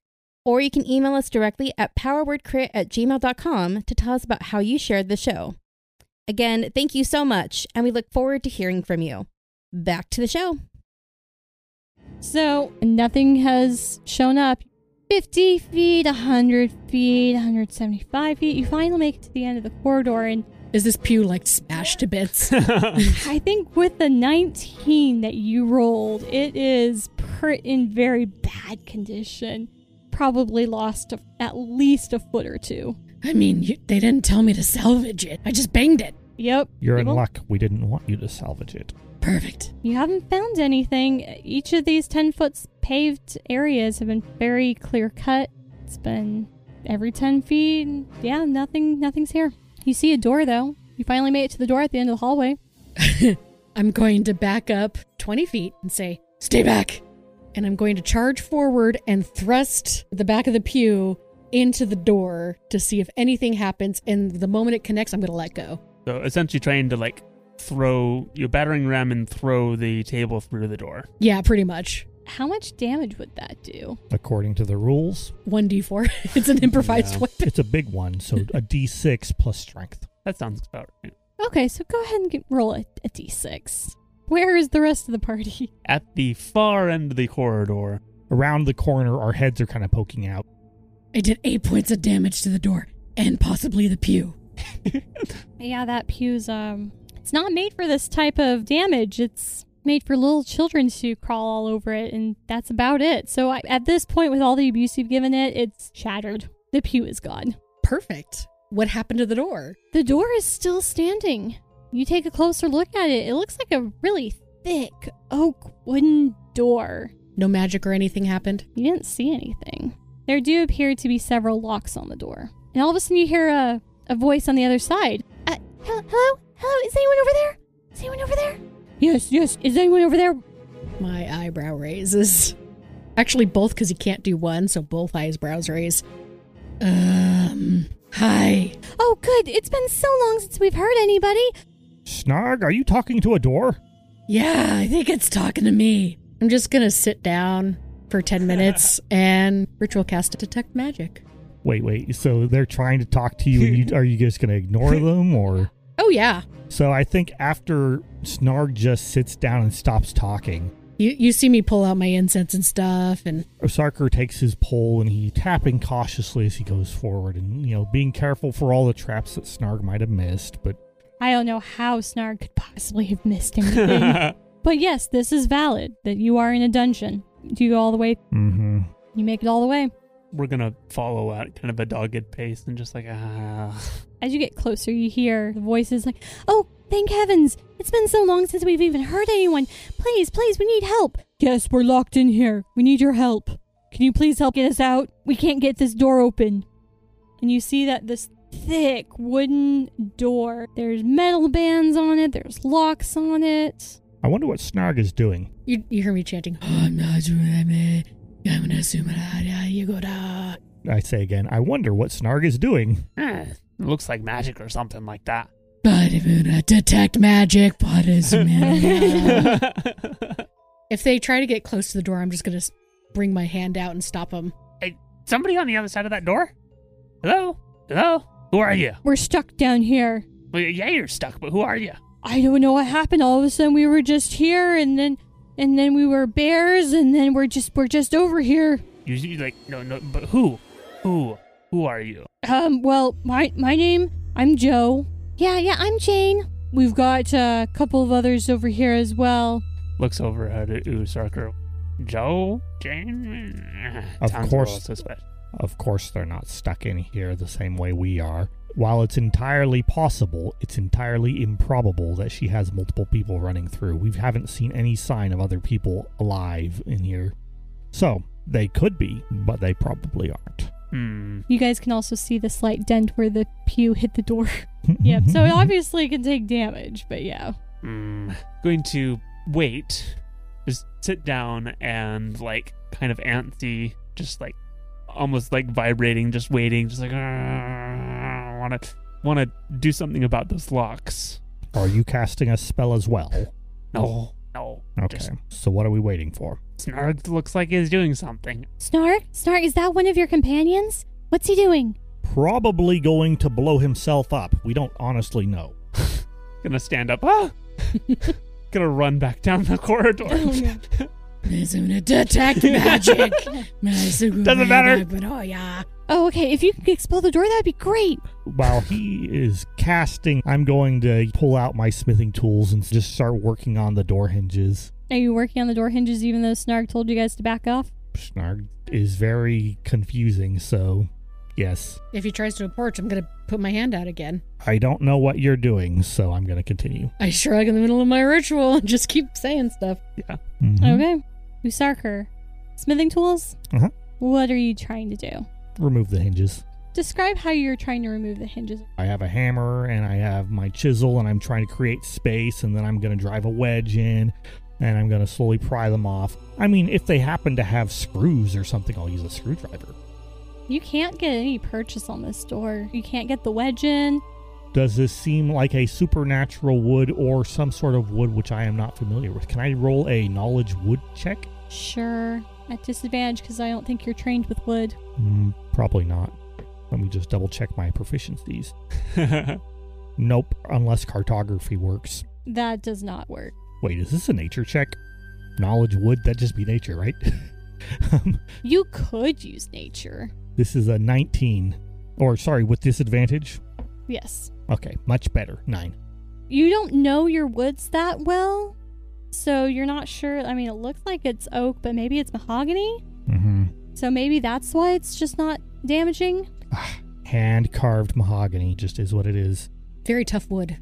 F: Or you can email us directly at powerwordcrit at gmail.com to tell us about how you shared the show. Again, thank you so much, and we look forward to hearing from you. Back to the show.
A: So nothing has shown up. 50 feet, 100 feet, 175 feet. You finally make it to the end of the corridor and
C: Is this pew like smashed to bits?
A: I think with the 19 that you rolled, it is per- in very bad condition. Probably lost a- at least a foot or two.
C: I mean, you, they didn't tell me to salvage it. I just banged it.
A: Yep.
B: You're in
A: Well,
B: luck. We didn't want you to salvage it.
C: Perfect.
A: You haven't found anything. Each of these 10 foot paved areas have been very clear cut. It's been every 10 feet. and Yeah, nothing. Nothing's here. You see a door though. You finally made it to the door at the end of the hallway.
C: I'm going to back up 20 feet and say, Stay back. And I'm going to charge forward and thrust the back of the pew into the door to see if anything happens. And the moment it connects, I'm going to let go.
E: So essentially trying to like throw your battering ram and throw the table through the door.
C: Yeah, pretty much.
A: How much damage would that do?
B: According to the rules,
C: 1d4. it's an improvised
B: Yeah.
C: weapon.
B: it's a big one, so a d6 plus strength.
E: That sounds about right.
A: Okay, so go ahead and get, roll a a d6. Where is the rest of the party?
E: At the far end of the corridor,
B: Around the corner, our heads are kind of poking out.
C: I did eight points of damage to the door and possibly the pew.
A: Yeah, that pew's um it's not made for this type of damage. It's made for little children to crawl all over it and that's about it. So I, at this point with all the abuse you've given it, it's shattered. The pew is gone.
C: Perfect. What happened to the door?
A: The door is still standing. You take a closer look at it. It looks like a really thick oak wooden door.
C: No magic or anything happened.
A: You didn't see anything. There do appear to be several locks on the door. And all of a sudden, you hear a, a voice on the other side. Uh, hello? Hello? Hello? Is anyone over there? Is anyone over there? Yes, yes. Is anyone over there?
C: My eyebrow raises. Actually, both because he can't do one, so both eyebrows raise. Um, hi.
A: Oh, good. It's been so long since we've heard anybody.
B: Snarg, are you talking to a door?
C: Yeah, I think it's talking to me. I'm just gonna sit down for 10 minutes and ritual cast to detect magic.
B: Wait, wait. So they're trying to talk to you, and you, are you just going to ignore them, or?
C: Oh, yeah.
B: So I think after Snarg just sits down and stops talking,
C: You, you see me pull out my incense and stuff, and
B: Osarker takes his pole and he tapping cautiously as he goes forward, and you know, being careful for all the traps that Snarg might have missed. But
A: I don't know how Snarg could possibly have missed anything. but yes, this is valid that you are in a dungeon. Do you go all the way?
B: mm-hmm.
A: You make it all the way.
E: we're gonna follow at kind of a dogged pace and just like ah.
A: As you get closer, you hear the voices like, Oh, thank heavens! It's been so long since we've even heard anyone. Please, please, we need help. Yes, we're locked in here. We need your help. Can you please help get us out? We can't get this door open. And you see that this thick wooden door, there's metal bands on it, there's locks on it.
B: I wonder what Snarg is doing.
C: you, you hear me chanting, I'm not sure I'm it. I'm gonna assume it, ah, yeah, you go da.
B: I say again, I wonder what Snarg is doing.
E: eh, looks like magic or something like that.
C: But if you not detect magic, but assume it, ah." If they try to get close to the door, I'm just gonna s- bring my hand out and stop them.
E: Somebody on the other side of that door? Hello? Hello? Who are you?
A: We're stuck down here.
E: Well, yeah, you're stuck, but who are you?
A: I don't know what happened. All of a sudden we were just here and then and then we were bears and then we're just we're just over here.
E: You you like no no, but who? Who? Who are you?
A: Um well, my my name I'm Joe. Yeah, yeah, I'm Jane. We've got uh, a couple of others over here as well.
E: Looks over at Usarker. Joe, Jane.
B: Of
E: Sounds a
B: course.
E: little suspect.
B: Of course, they're not stuck in here the same way we are. While it's entirely possible, it's entirely improbable that she has multiple people running through. We haven't seen any sign of other people alive in here. So, they could be, but they probably aren't.
E: Hmm.
A: You guys can also see the slight dent where the pew hit the door. Mm-hmm. yep. So it obviously can take damage, but yeah.
E: Hmm. Going to wait. Just sit down and like kind of antsy, just like almost like vibrating, just waiting, just like want to want to do something about those locks.
B: Are you casting a spell as well?
E: No, no.
B: Okay.
E: Just-
B: So, what are we waiting for?
E: Snarg looks like he's doing something.
A: Snark? Snark, is that one of your companions? What's he doing?
B: Probably going to blow himself up. We don't honestly know.
E: Gonna stand up. Ah! Gonna run back down the corridor.
C: Mizuna detect magic. Doesn't
E: matter.
C: But oh yeah.
A: Oh, okay. If you could expel the door, that'd be great.
B: While he is casting, I'm going to pull out my smithing tools and just start working on the door hinges.
A: Are you working on the door hinges even though Snark told you guys to back off?
B: Snarg is very confusing, so yes.
C: If he tries to approach, I'm gonna put my hand out again.
B: I don't know what you're doing, so I'm going to continue.
C: I shrug in the middle of my ritual and just keep saying stuff.
B: Mhm.
A: Okay. Usarker, smithing tools?
B: Uh-huh.
A: What are you trying to do?
B: Remove the hinges.
A: Describe how you're trying to remove the hinges.
B: I have a hammer and I have my chisel, and I'm trying to create space, and then I'm going to drive a wedge in and I'm going to slowly pry them off. I mean, if they happen to have screws or something, I'll use a screwdriver.
A: You can't get any purchase on this door. You can't get the wedge in.
B: Does this seem like a supernatural wood or some sort of wood which I am not familiar with? Can I roll a knowledge wood check?
A: Sure. At disadvantage because I don't think you're trained with wood.
B: Mm, probably not. Let me just double check my proficiencies. Nope, unless cartography works.
A: That does not work.
B: Wait, is this a nature check? Knowledge would that just be nature, right? um,
A: You could use nature.
B: this is a 19. Or, sorry, with disadvantage?
A: Yes.
B: Okay, much better. Nine.
A: You don't know your woods that well, so you're not sure. I mean, it looks like it's oak, but maybe it's mahogany.
B: Mm-hmm.
A: So maybe that's why it's just not damaging.
B: Hand carved mahogany just is what it is.
C: Very tough wood.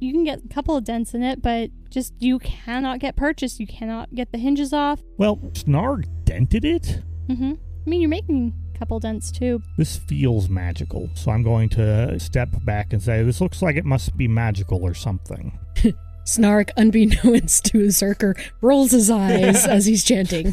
A: You can get a couple of dents in it, but just you cannot get purchased. You cannot get the hinges off.
B: Well, Snarg dented it?
A: Mm-hmm. I mean, you're making a couple dents too.
B: This feels magical, so I'm going to step back and say, This looks like it must be magical or something.
C: Snark, unbeknownst to Zerker, rolls his eyes as he's chanting.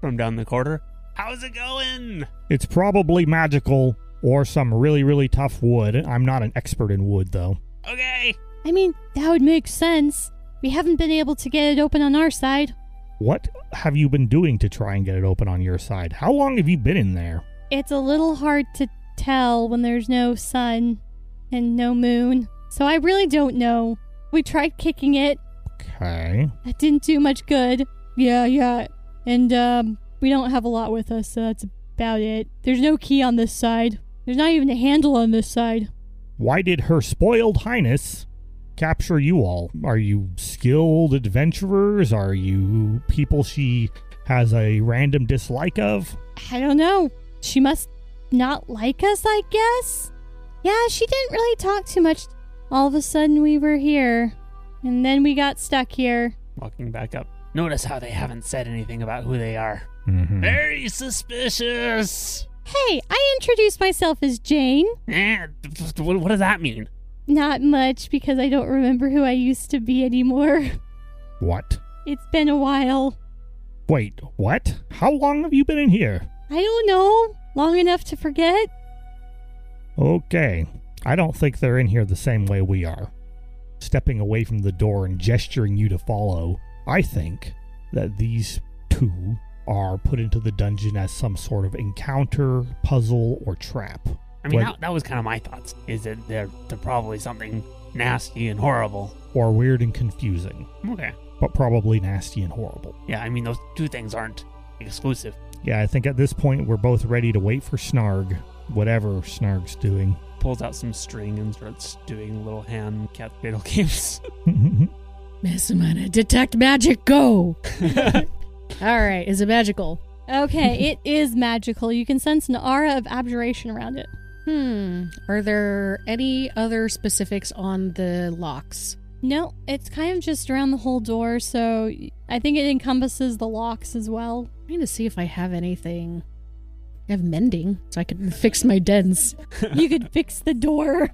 E: From down the corridor. How's it going?
B: It's probably magical or some really, really tough wood. I'm not an expert in wood, though.
E: Okay.
A: I mean, that would make sense. We haven't been able to get it open on our side.
B: What have you been doing to try and get it open on your side? How long have you been in there?
A: It's a little hard to tell when there's no sun and no moon. So I really don't know. We tried kicking it.
B: Okay.
A: That didn't do much good. Yeah, yeah. And um we don't have a lot with us, so that's about it. There's no key on this side. There's not even a handle on this side.
B: Why did her spoiled highness capture you all? Are you skilled adventurers? Are you people she has a random dislike of?
A: I don't know. She must not like us, I guess. Yeah, she didn't really talk too much. All of a sudden we were here. And then we got stuck here.
E: Walking back up. Notice how they haven't said anything about who they are.
B: Mm-hmm.
E: Very suspicious.
A: Hey, I introduced myself as Jane.
E: Eh, what, what does that mean?
A: Not much because I don't remember who I used to be anymore.
B: What?
A: It's been a while.
B: Wait, what? How long have you been in here?
A: I don't know. Long enough to forget?
B: Okay. I don't think they're in here the same way we are. Stepping away from the door and gesturing you to follow, I think that these two are put into the dungeon as some sort of encounter, puzzle, or trap.
E: I mean,
B: What-
E: that, that was kind of my thoughts. Is that they're, they're probably something nasty and horrible.
B: or weird and confusing,
E: Okay.
B: but probably nasty and horrible.
E: Yeah, I mean, those two things aren't exclusive.
B: Yeah, I think at this point we're both ready to wait for Snarg, whatever Snarg's doing.
E: Pulls out some string and starts doing little hand cat fiddle games.
C: Mesmana, detect magic, go! All right, is it magical?
A: Okay, it is magical. You can sense an aura of abjuration around it.
C: Hmm. Are there any other specifics on the locks?
A: No, it's kind of just around the whole door, so I think it encompasses the locks as well.
C: I'm trying to see if I have anything. I have mending, so I can fix my dents.
A: you could fix the door.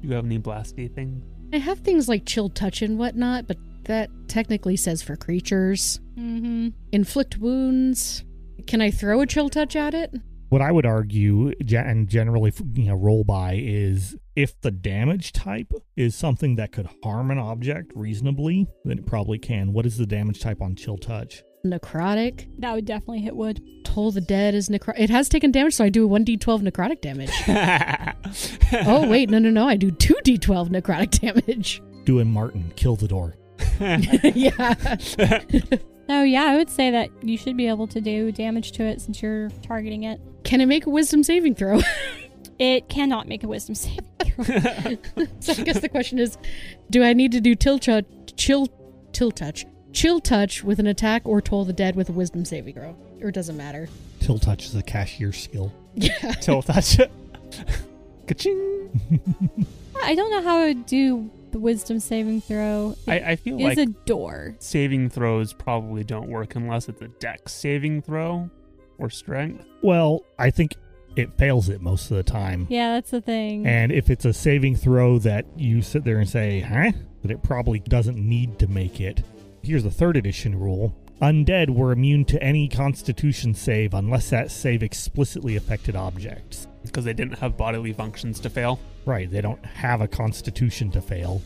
E: you have any blasty thing?
C: I have things like chill touch and whatnot, but that technically says for creatures.
A: Mm-hmm.
C: Inflict wounds. Can I throw a chill touch at it?
B: what I would argue ge- and generally you know roll by is if the damage type is something that could harm an object reasonably, then it probably can. What is the damage type on chill touch?
C: Necrotic.
A: That would definitely hit wood.
C: Toll the dead is necro. It has taken damage, so I do 1d12 necrotic damage. oh, wait, no, no, no. I do 2d12 necrotic damage.
B: Doing Martin, kill the door.
C: yeah.
A: So yeah, I would say that you should be able to do damage to it since you're targeting it.
C: Can it make a wisdom saving throw?
A: It cannot make a wisdom save.
C: so I guess the question is do I need to do till touch, chill, till touch, chill touch with an attack or toll the dead with a wisdom saving throw? Or it doesn't matter.
B: Till touch is a cashier skill.
C: Yeah.
E: Till touch it. Ka-ching.
A: I don't know how I would do the wisdom saving throw.
E: I, I feel
A: It
E: like
A: is a door.
E: saving throws probably don't work unless it's a dex saving throw or strength.
B: Well, I think it fails it most of the time.
A: Yeah, that's the thing.
B: And if it's a saving throw that you sit there and say, huh, that it probably doesn't need to make it. Here's the third edition rule Undead were immune to any constitution save unless that save explicitly affected objects.
E: Because they didn't have bodily functions to fail.
B: Right, they don't have a constitution to fail.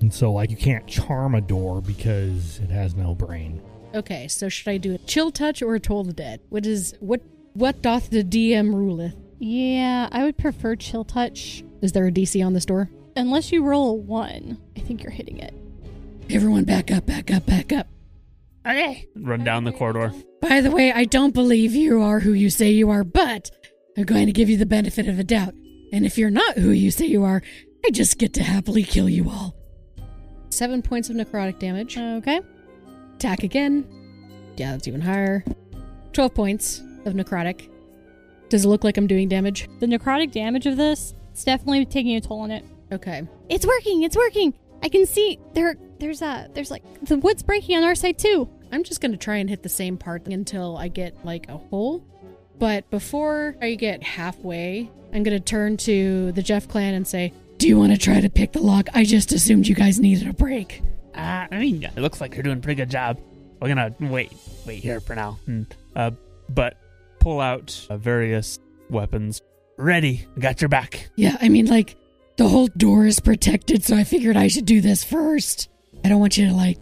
B: And so, like, you can't charm a door because it has no brain.
C: Okay, so should I do a chill touch or a toll the dead? What is what what doth the DM ruleth?
A: yeah, I would prefer chill touch.
C: Is there a DC on this door?
A: Unless you roll a one, I think you're hitting it.
C: Everyone back up, back up, back up.
E: Okay. Run down the corridor.
C: By the way, I don't believe you are who you say you are, but I'm going to give you the benefit of a doubt. And if you're not who you say you are, I just get to happily kill you all. Seven points of necrotic damage.
A: Okay.
C: Attack again. Yeah, that's even higher. Twelve points of necrotic. Does it look like I'm doing damage?
A: The necrotic damage of this, it's definitely taking a toll on it.
C: Okay.
A: It's working, it's working. I can see there there's a there's like the wood's breaking on our side too.
C: I'm just going to try and hit the same part until I get like a hole. But before I get halfway, I'm going to turn to the Jeff clan and say, Do you want to try to pick the lock? I just assumed you guys needed a break.
E: Uh, I mean, it looks like you're doing a pretty good job. We're gonna wait, wait here for now. And, uh, but pull out uh, various weapons. Ready. I Got your back.
C: Yeah, I mean, like, the whole door is protected, so I figured I should do this first. I don't want you to, like,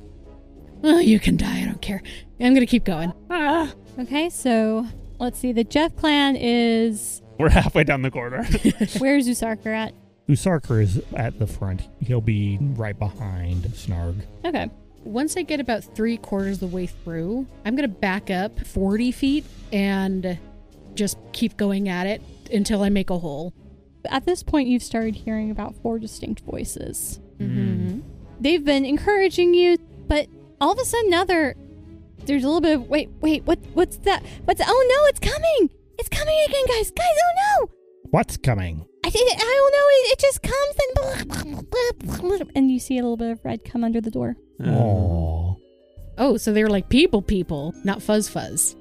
C: well, you can die. I don't care. I'm going to keep going.
E: Ah.
A: Okay, so let's see. The Jeff clan is
E: We're halfway down the corridor.
A: where's Usarker at?
B: Usarker is at the front. He'll be right behind Snarg.
A: Okay.
C: Once I get about three quarters of the way through, I'm going to back up 40 feet and just keep going at it until I make a hole.
A: At this point you've started hearing about four distinct voices.
C: Mm-hmm.
A: They've been encouraging you, but all of a sudden now they're there's a little bit of wait, wait, what what's that? What's oh no, it's coming! It's coming again, guys! Guys, oh no!
B: What's coming?
A: I, did I don't know. It, it just comes and and you see a little bit of red come under the door.
E: Um,
D: Uh.
B: Aww.
C: Oh, so they were like people, people, not fuzz, fuzz.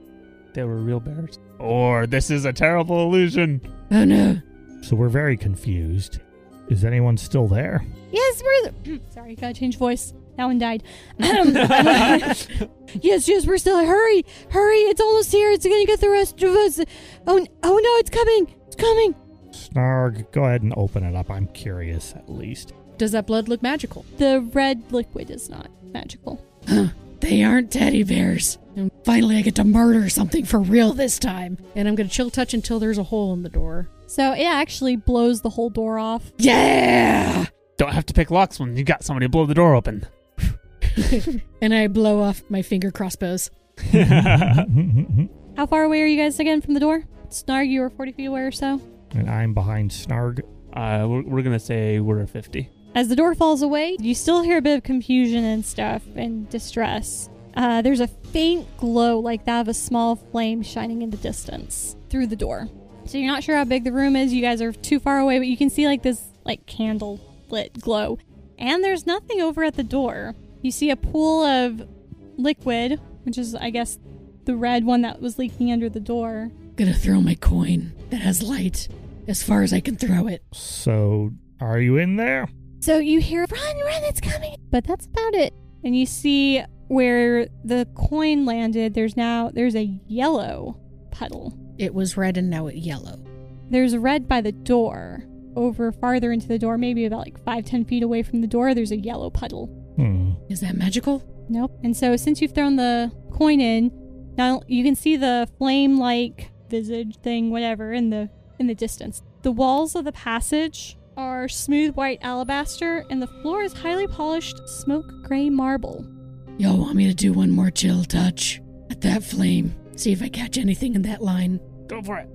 E: They were real bears. Or this is a terrible illusion.
C: Oh no.
B: So we're very confused. Is anyone still there?
A: Yes, we're sorry. Gotta change voice. That one died. yes, yes, we're still. Hurry, hurry! It's almost here. It's gonna get the rest of us. Oh, n- oh no! It's coming! It's coming!
B: Snarg, go ahead and open it up. I'm curious, at least.
C: Does that blood look magical?
A: The red liquid is not magical.
C: Huh. They They aren't teddy bears. And finally, I get to murder something for real this time. Mm. And I'm going to chill touch until there's a hole in the door.
A: So it actually blows the whole door off.
C: Yeah!
E: Don't have to pick locks when you got somebody to blow the door open.
C: And I blow off my finger crossbows.
E: That's
A: How far away are you guys again from the door? Snarg, you were 40 feet away or so.
B: and I'm behind Snarg.
D: Uh, we're, we're gonna say we're 50.
A: As the door falls away, you still hear a bit of confusion and stuff and distress. Uh, there's a faint glow like that of a small flame shining in the distance through the door. So you're not sure how big the room is. You guys are too far away, but you can see like this like candle lit glow. And there's nothing over at the door. You see a pool of liquid, which is I guess the red one that was leaking under the door.
C: Gonna throw my coin that has light as far as I can throw it.
B: So, are you in there?
A: So you hear, run, run, it's coming. But that's about it. And you see where the coin landed, there's now, there's a yellow puddle.
C: It was red and now it yellow.
A: There's red by the door. Over farther into the door, maybe about like five, ten feet away from the door, there's a yellow puddle.
B: Hmm.
C: Is that magical?
A: Nope. And so since you've thrown the coin in, now you can see the flame like visage thing, whatever, in the in the distance. The walls of the passage are smooth white alabaster, and the floor is highly polished smoke gray marble.
C: Y'all want me to do one more chill touch at that flame? See if I catch anything in that line.
E: Go for it.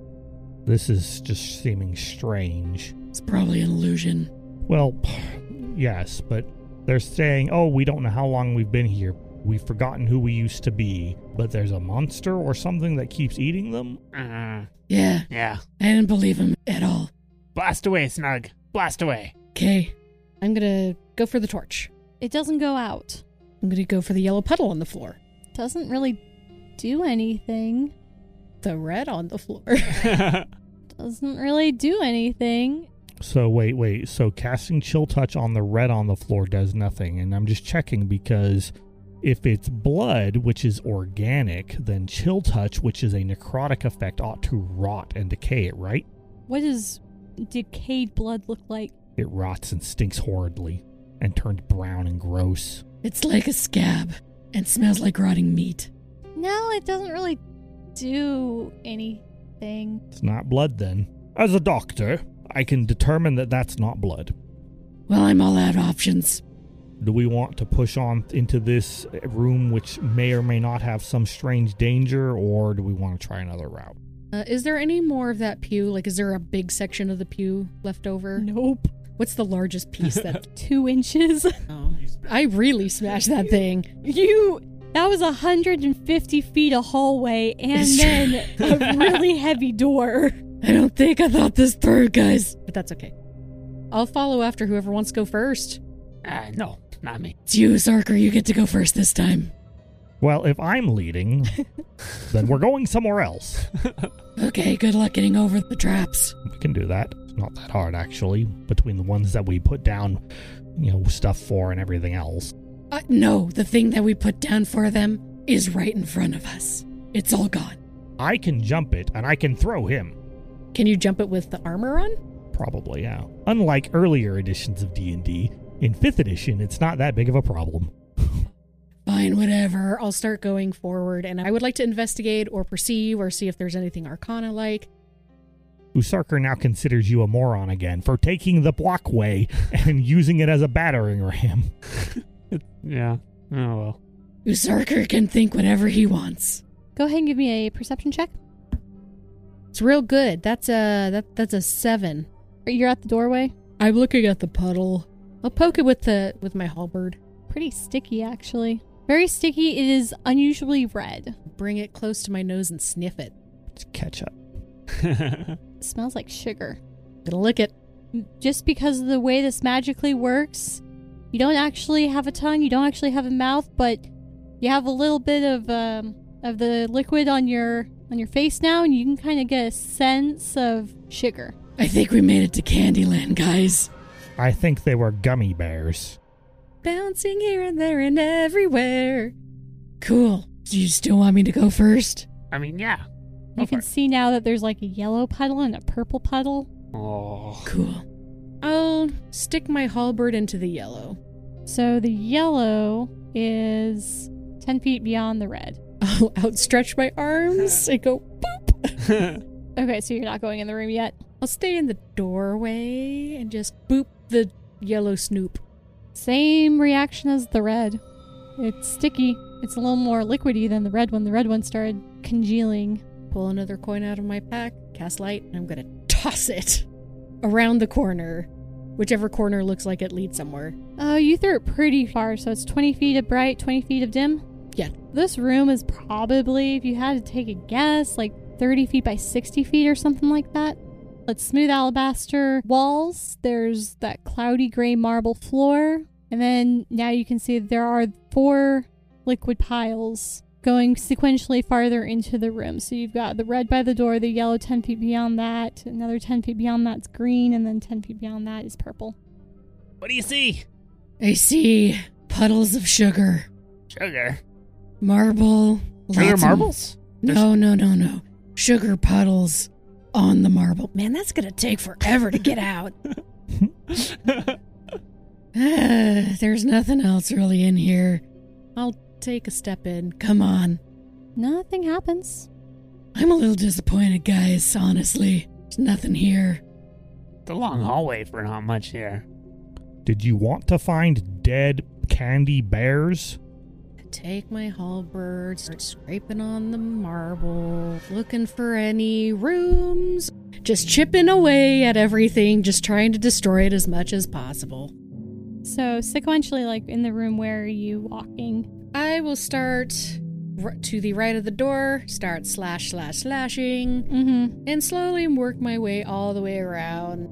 B: This is just seeming strange.
C: It's probably an illusion.
B: Well, yes, but they're saying, oh, we don't know how long we've been here. We've forgotten who we used to be, but there's a monster or something that keeps eating them?
E: Uh,
C: Yeah,
E: yeah.
C: I didn't believe him at all.
E: Blast away, Snug. Blast away.
C: Okay, I'm gonna go for the torch.
A: It doesn't go out.
C: I'm gonna go for the yellow puddle on the floor.
A: Doesn't really do anything.
C: The red on the floor.
A: Doesn't really do anything.
B: So, wait, wait. So, casting Chill Touch on the red on the floor does nothing. And I'm just checking because if it's blood, which is organic, then Chill Touch, which is a necrotic effect, ought to rot and decay it, right?
A: What does decayed blood look like?
B: It rots and stinks horridly and turns brown and gross.
C: it's like a scab and smells like rotting meat.
A: No, it doesn't really do anything.
B: It's not blood then. As a doctor, I can determine that that's not blood.
C: Well, I'm all out of options.
B: Do we want to push on into this room, which may or may not have some strange danger, or do we want to try another route?
C: Uh, is there any more of that pew? Like, is there a big section of the pew left over?
A: Nope.
C: What's the largest piece that?
A: Two inches.
C: oh, I really smashed that thing.
A: you. That was 150 feet of hallway and
C: It's
A: then a really heavy door.
C: I don't think I thought this through, guys. But that's okay. I'll follow after whoever wants to go first.
E: Uh, no, not me.
C: It's you, Sarker. You get to go first this time.
B: Well, if I'm leading, then we're going somewhere else.
C: Okay, good luck getting over the traps.
B: We can do that. It's not that hard, actually, between the ones that we put down, you know, stuff for and everything else.
C: Uh, no, the thing that we put down for them is right in front of us. It's all gone.
B: I can jump it and I can throw him.
C: Can you jump it with the armor on?
B: Probably, yeah. Unlike earlier editions of D&D, in 5th edition, it's not that big of a problem.
C: Fine, whatever. I'll start going forward, and I would like to investigate or perceive or see if there's anything arcana like.
B: Usarker now considers you a moron again for taking the blockway and using it as a battering ram.
E: Yeah. Oh well.
C: Usarker can think whatever he wants.
A: Go ahead and give me a perception check.
C: It's real good. That's a that that's a seven.
A: You're at the doorway.
C: I'm looking at the puddle. I'll poke it with the with my halberd.
A: Pretty sticky, actually. Very sticky. It is unusually red.
C: Bring it close to my nose and sniff it.
B: It's ketchup.
A: smells like sugar.
C: Gonna lick it.
A: just because of the way this magically works, you don't actually have a tongue, you don't actually have a mouth, but you have a little bit of um, of the liquid on your on your face now, and you can kind of get a sense of sugar.
C: I think we made it to Candyland, guys.
B: I think they were gummy bears.
C: Bouncing here and there and everywhere. Cool. Do you still want me to go first?
E: I mean, yeah. Go
A: You
E: for
A: can
E: it.
A: see now that there's like a yellow puddle and a purple puddle.
E: Oh.
C: Cool. I'll stick my halberd into the yellow.
A: So the yellow is 10 feet beyond the red.
C: I'll outstretch my arms and go boop.
A: Okay, so you're not going in the room yet.
C: I'll stay in the doorway and just boop the yellow snoop.
A: Same reaction as the red. It's sticky. It's a little more liquidy than the red one. The red one started congealing.
C: Pull another coin out of my pack, cast light, and I'm gonna toss it around the corner, whichever corner looks like it leads somewhere.
A: Oh, you threw it pretty far, so it's 20 feet of bright, 20 feet of dim?
C: Yeah.
A: This room is probably, if you had to take a guess, like 30 feet by 60 feet or something like that. It's smooth alabaster walls. There's that cloudy gray marble floor. And then now you can see there are four liquid piles going sequentially farther into the room. So you've got the red by the door, the yellow 10 feet beyond that, another 10 feet beyond that's green, and then 10 feet beyond that is purple.
E: What do you see?
C: I see puddles of sugar,
E: Sugar.
C: marble. lots
E: Sugar
C: of-
E: marbles?
C: No, no, no, no. Sugar puddles on the marble. Man, that's gonna take forever to get out. Ah, there's nothing else really in here. I'll take a step in. Come on.
A: Nothing happens.
C: I'm a little disappointed, guys, honestly. There's nothing here.
E: It's a long hallway for not much here.
B: Did you want to find dead candy bears?
C: Take my halberd, start scraping on the marble, looking for any rooms. Just chipping away at everything, just trying to destroy it as much as possible.
A: So sequentially, like in the room, where are you walking?
C: I will start r- to the right of the door, start slash, slash, slashing,
A: Mm hmm.
C: and slowly work my way all the way around.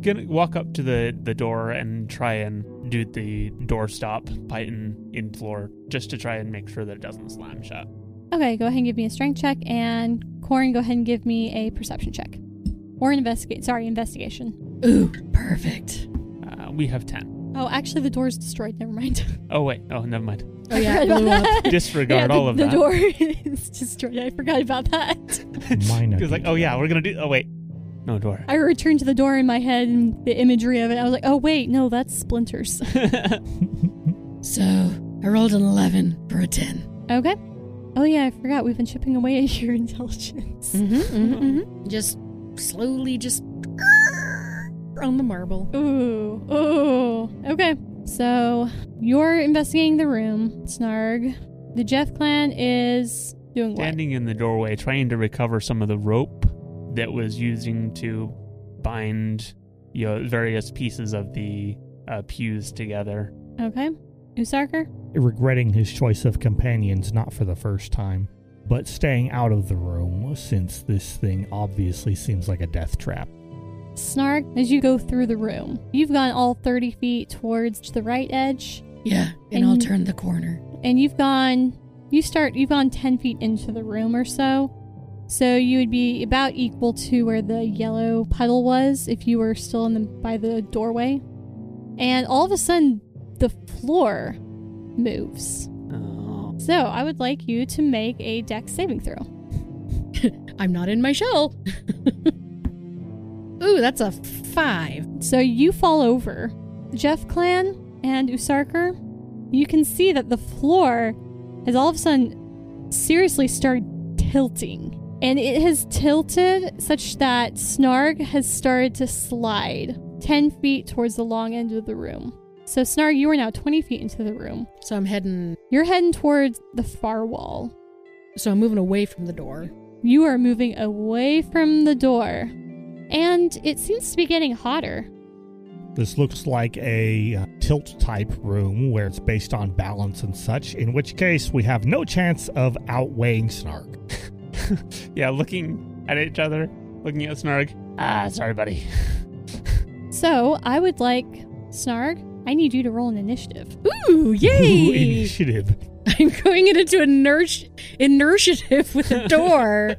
E: Gonna walk up to the, the door and try and do the door stop python in floor just to try and make sure that it doesn't slam shut.
A: Okay, go ahead and give me a strength check, and Corin, go ahead and give me a perception check. Or an investigate. Sorry, investigation.
C: Ooh, perfect.
E: Uh, we have 10.
A: Oh, actually, the door's destroyed. Never mind.
E: Oh, wait. Oh, never mind.
C: Oh, yeah, it blew up.
E: Disregard
A: yeah, the,
E: all of
A: the
E: that.
A: door is destroyed. I forgot about that.
B: Mine.
E: It was like, oh, yeah, we're going to do. Oh, wait. No door.
A: I returned to the door in my head and the imagery of it. I was like, oh, wait, no, that's splinters.
C: So I rolled an 11 for a 10.
A: okay. Oh, yeah, I forgot. We've been chipping away at your intelligence.
C: Mm-hmm, Just slowly, just on the marble.
E: Mm.
A: Ooh, ooh. Okay. So you're investigating the room, Snarg. The Jeff clan is doing what?
E: Standing in the doorway, trying to recover some of the rope that was using to bind you know, various pieces of the uh, pews together.
A: Okay. Usarker?
B: regretting his choice of companions not for the first time, but staying out of the room since this thing obviously seems like a death trap.
A: Snark, as you go through the room, you've gone all 30 feet towards the right edge,
C: Yeah, and
A: And
C: I'll
A: you-
C: turn the corner.
A: and you've gone, you start, you've gone 10 feet into the room or so. So you would be about equal to where the yellow puddle was if you were still in the, by the doorway. And all of a sudden, the floor moves.
E: Oh.
A: So I would like you to make a dex saving throw.
C: I'm not in my shell. Ooh, that's a five.
A: So you fall over. Jeff Clan and Usarker, you can see that the floor has all of a sudden seriously started tilting. And it has tilted such that Snarg has started to slide 10 feet towards the long end of the room. So, Snarg, you are now 20 feet into the room.
C: So I'm heading,
A: You're heading towards the far wall.
C: so I'm moving away from the door.
A: You are moving away from the door. And it seems to be getting hotter.
B: This looks like a uh, tilt type room where it's based on balance and such, in which case we have no chance of outweighing Snark.
E: Yeah, looking at each other, looking at Snarg. Ah, sorry, buddy.
A: So I would like Snarg. I need you to roll an initiative.
C: Ooh,
B: Ooh,
C: yay!
B: initiative.
C: I'm going into a nurse initiative with a door.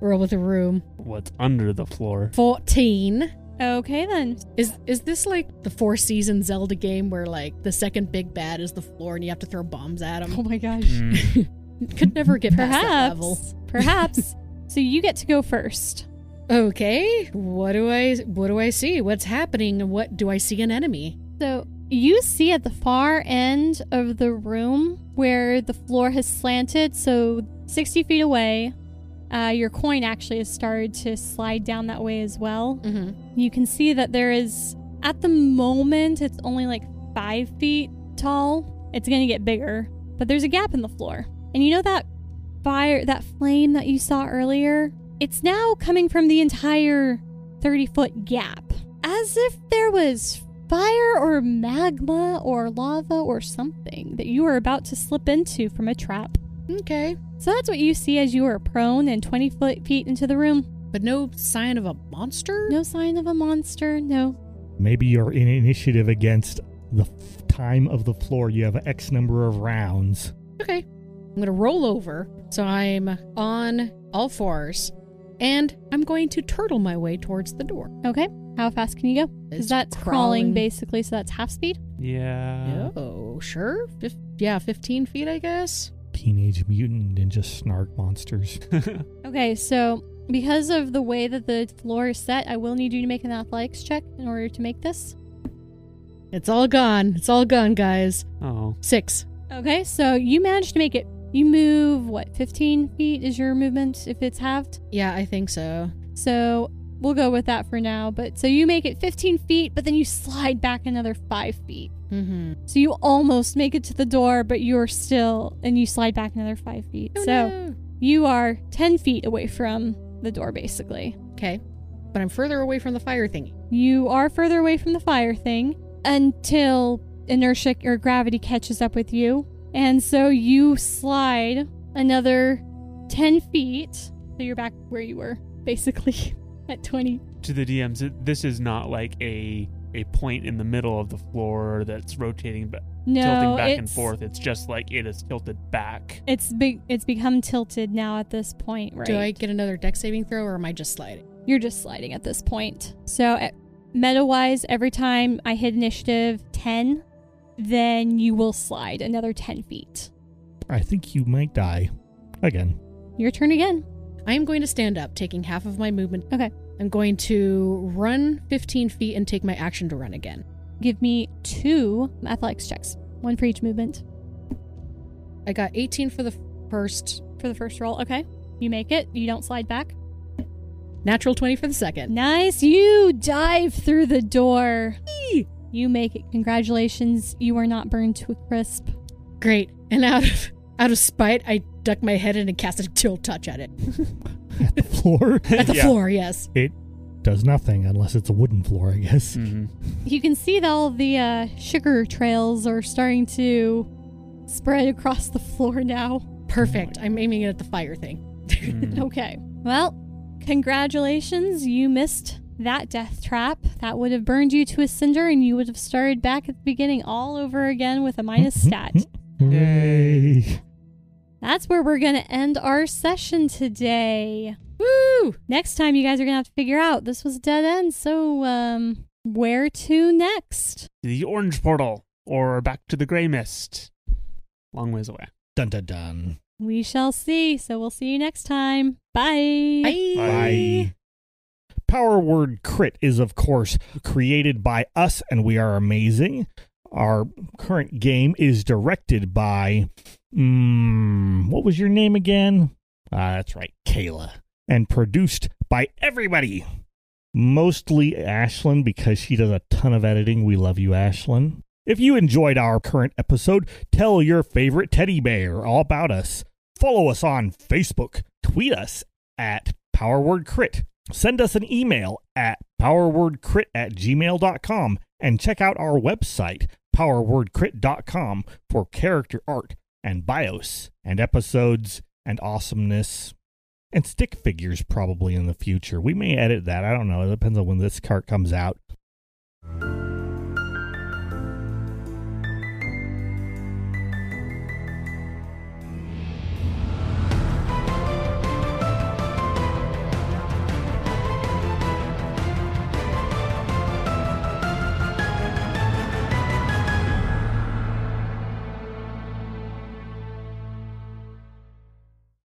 C: Roll with a room.
E: What's under the floor?
C: Fourteen.
A: Okay then.
C: Is is this like the four season Zelda game where like the second big bad is the floor and you have to throw bombs at him?
A: Oh my gosh.
E: Mm.
C: Could never get past that level.
A: Perhaps. Perhaps. so you get to go first.
C: Okay, what do I what do I see? What's happening? and What do I see? An enemy?
A: So You see at the far end of the room where the floor has slanted, so 60 feet away, uh, your coin actually has started to slide down that way as well.
C: Mm-hmm.
A: You can see that there is, at the moment, it's only like five feet tall. It's going to get bigger, but there's a gap in the floor. And you know that fire, that flame that you saw earlier? It's now coming from the entire 30 foot gap. As if there was fire or magma or lava or something that you are about to slip into from a trap.
C: Okay.
A: So that's what you see as you are prone and 20 foot feet into the room.
C: But no sign of a monster?
A: No sign of a monster, no.
B: Maybe you're in initiative against the f- time of the floor. You have X number of rounds.
C: Okay. I'm going to roll over. So I'm on all fours and I'm going to turtle my way towards the door.
A: Okay, how fast can you go? Because
C: It's
A: that's crawling. basically, so that's half speed.
E: Yeah.
C: Oh, sure. Fif- yeah, 15 feet, I guess.
B: Teenage Mutant Ninja Snark Monsters.
A: Okay, so because of the way that the floor is set, I will need you to make an athletics check in order to make this.
C: It's all gone. It's all gone, guys.
E: oh.
C: Six.
A: Okay, so you managed to make it. You move, what, 15 feet is your movement if it's halved?
C: Yeah, I think so.
A: So we'll go with that for now. But so you make it 15 feet, but then you slide back another five feet.
C: Mm-hmm.
A: So you almost make it to the door, but you're still, and you slide back another five feet.
C: Oh,
A: so you are 10 feet away from the door, basically.
C: Okay. But I'm further away from the fire thingy.
A: You are further away from the fire thing until inertia or gravity catches up with you. And so you slide another 10 feet. So you're back where you were, basically, at 20.
E: To the DMs, it- this is not like a a point in the middle of the floor that's rotating but
A: No,
E: tilting back and
A: it's-
E: forth. It's just like it is tilted back.
A: It's big. It's become tilted now at this point, right?
C: Do I get another deck saving throw or am I just sliding?
A: You're just sliding at this point. So, at, meta-wise, every time I hit initiative ten, then you will slide another ten feet.
B: I think you might die. Again.
A: Your turn again.
C: I am going to stand up, taking half of my movement.
A: Okay.
C: I'm going to run 15 feet and take my action to run again.
A: Give me two athletics checks, one for each movement
C: I got 18 for the first,
A: for the first roll. Okay, you make it. You don't slide back.
C: natural 20 for the second.
A: Nice. You dive through the door. You make it. Congratulations. You are not burned to a crisp.
C: Great. And out of out of spite, I duck my head in and cast a chill touch at it.
B: At the floor.
C: At the
E: Yeah.
C: floor, yes.
B: Does nothing unless it's a wooden floor, I guess.
E: hmm
A: You can see that all the uh, sugar trails are starting to spread across the floor now.
C: Perfect. I'm aiming it at the fire thing.
E: Mm-hmm.
A: Okay. Well, congratulations. You missed that death trap. That would have burned you to a cinder and you would have started back at the beginning all over again with a minus stat.
B: Hooray.
A: That's where we're going to end our session today.
C: Woo!
A: Next time, you guys are going to have to figure out this was a dead end. So, um, where to next?
E: The orange portal or back to the gray mist. Long ways away.
B: Dun dun dun.
A: We shall see. So, we'll see you next time. Bye.
B: Bye. Power word crit is, of course, created by us, and we are amazing. Our current game is directed by, mm, what was your name again? Ah, that's right, Kayla, and produced by everybody. Mostly Ashlyn because she does a ton of editing. We love you, Ashlyn. If you enjoyed our current episode, tell your favorite teddy bear all about us. Follow us on Facebook. Tweet us at PowerWord Crit. Send us an email at powerwordcrit at gmail.com and check out our website, powerwordcrit.com, for character art and bios and episodes and awesomeness and stick figures probably in the future. We may edit that. I don't know. It depends on when this cart comes out.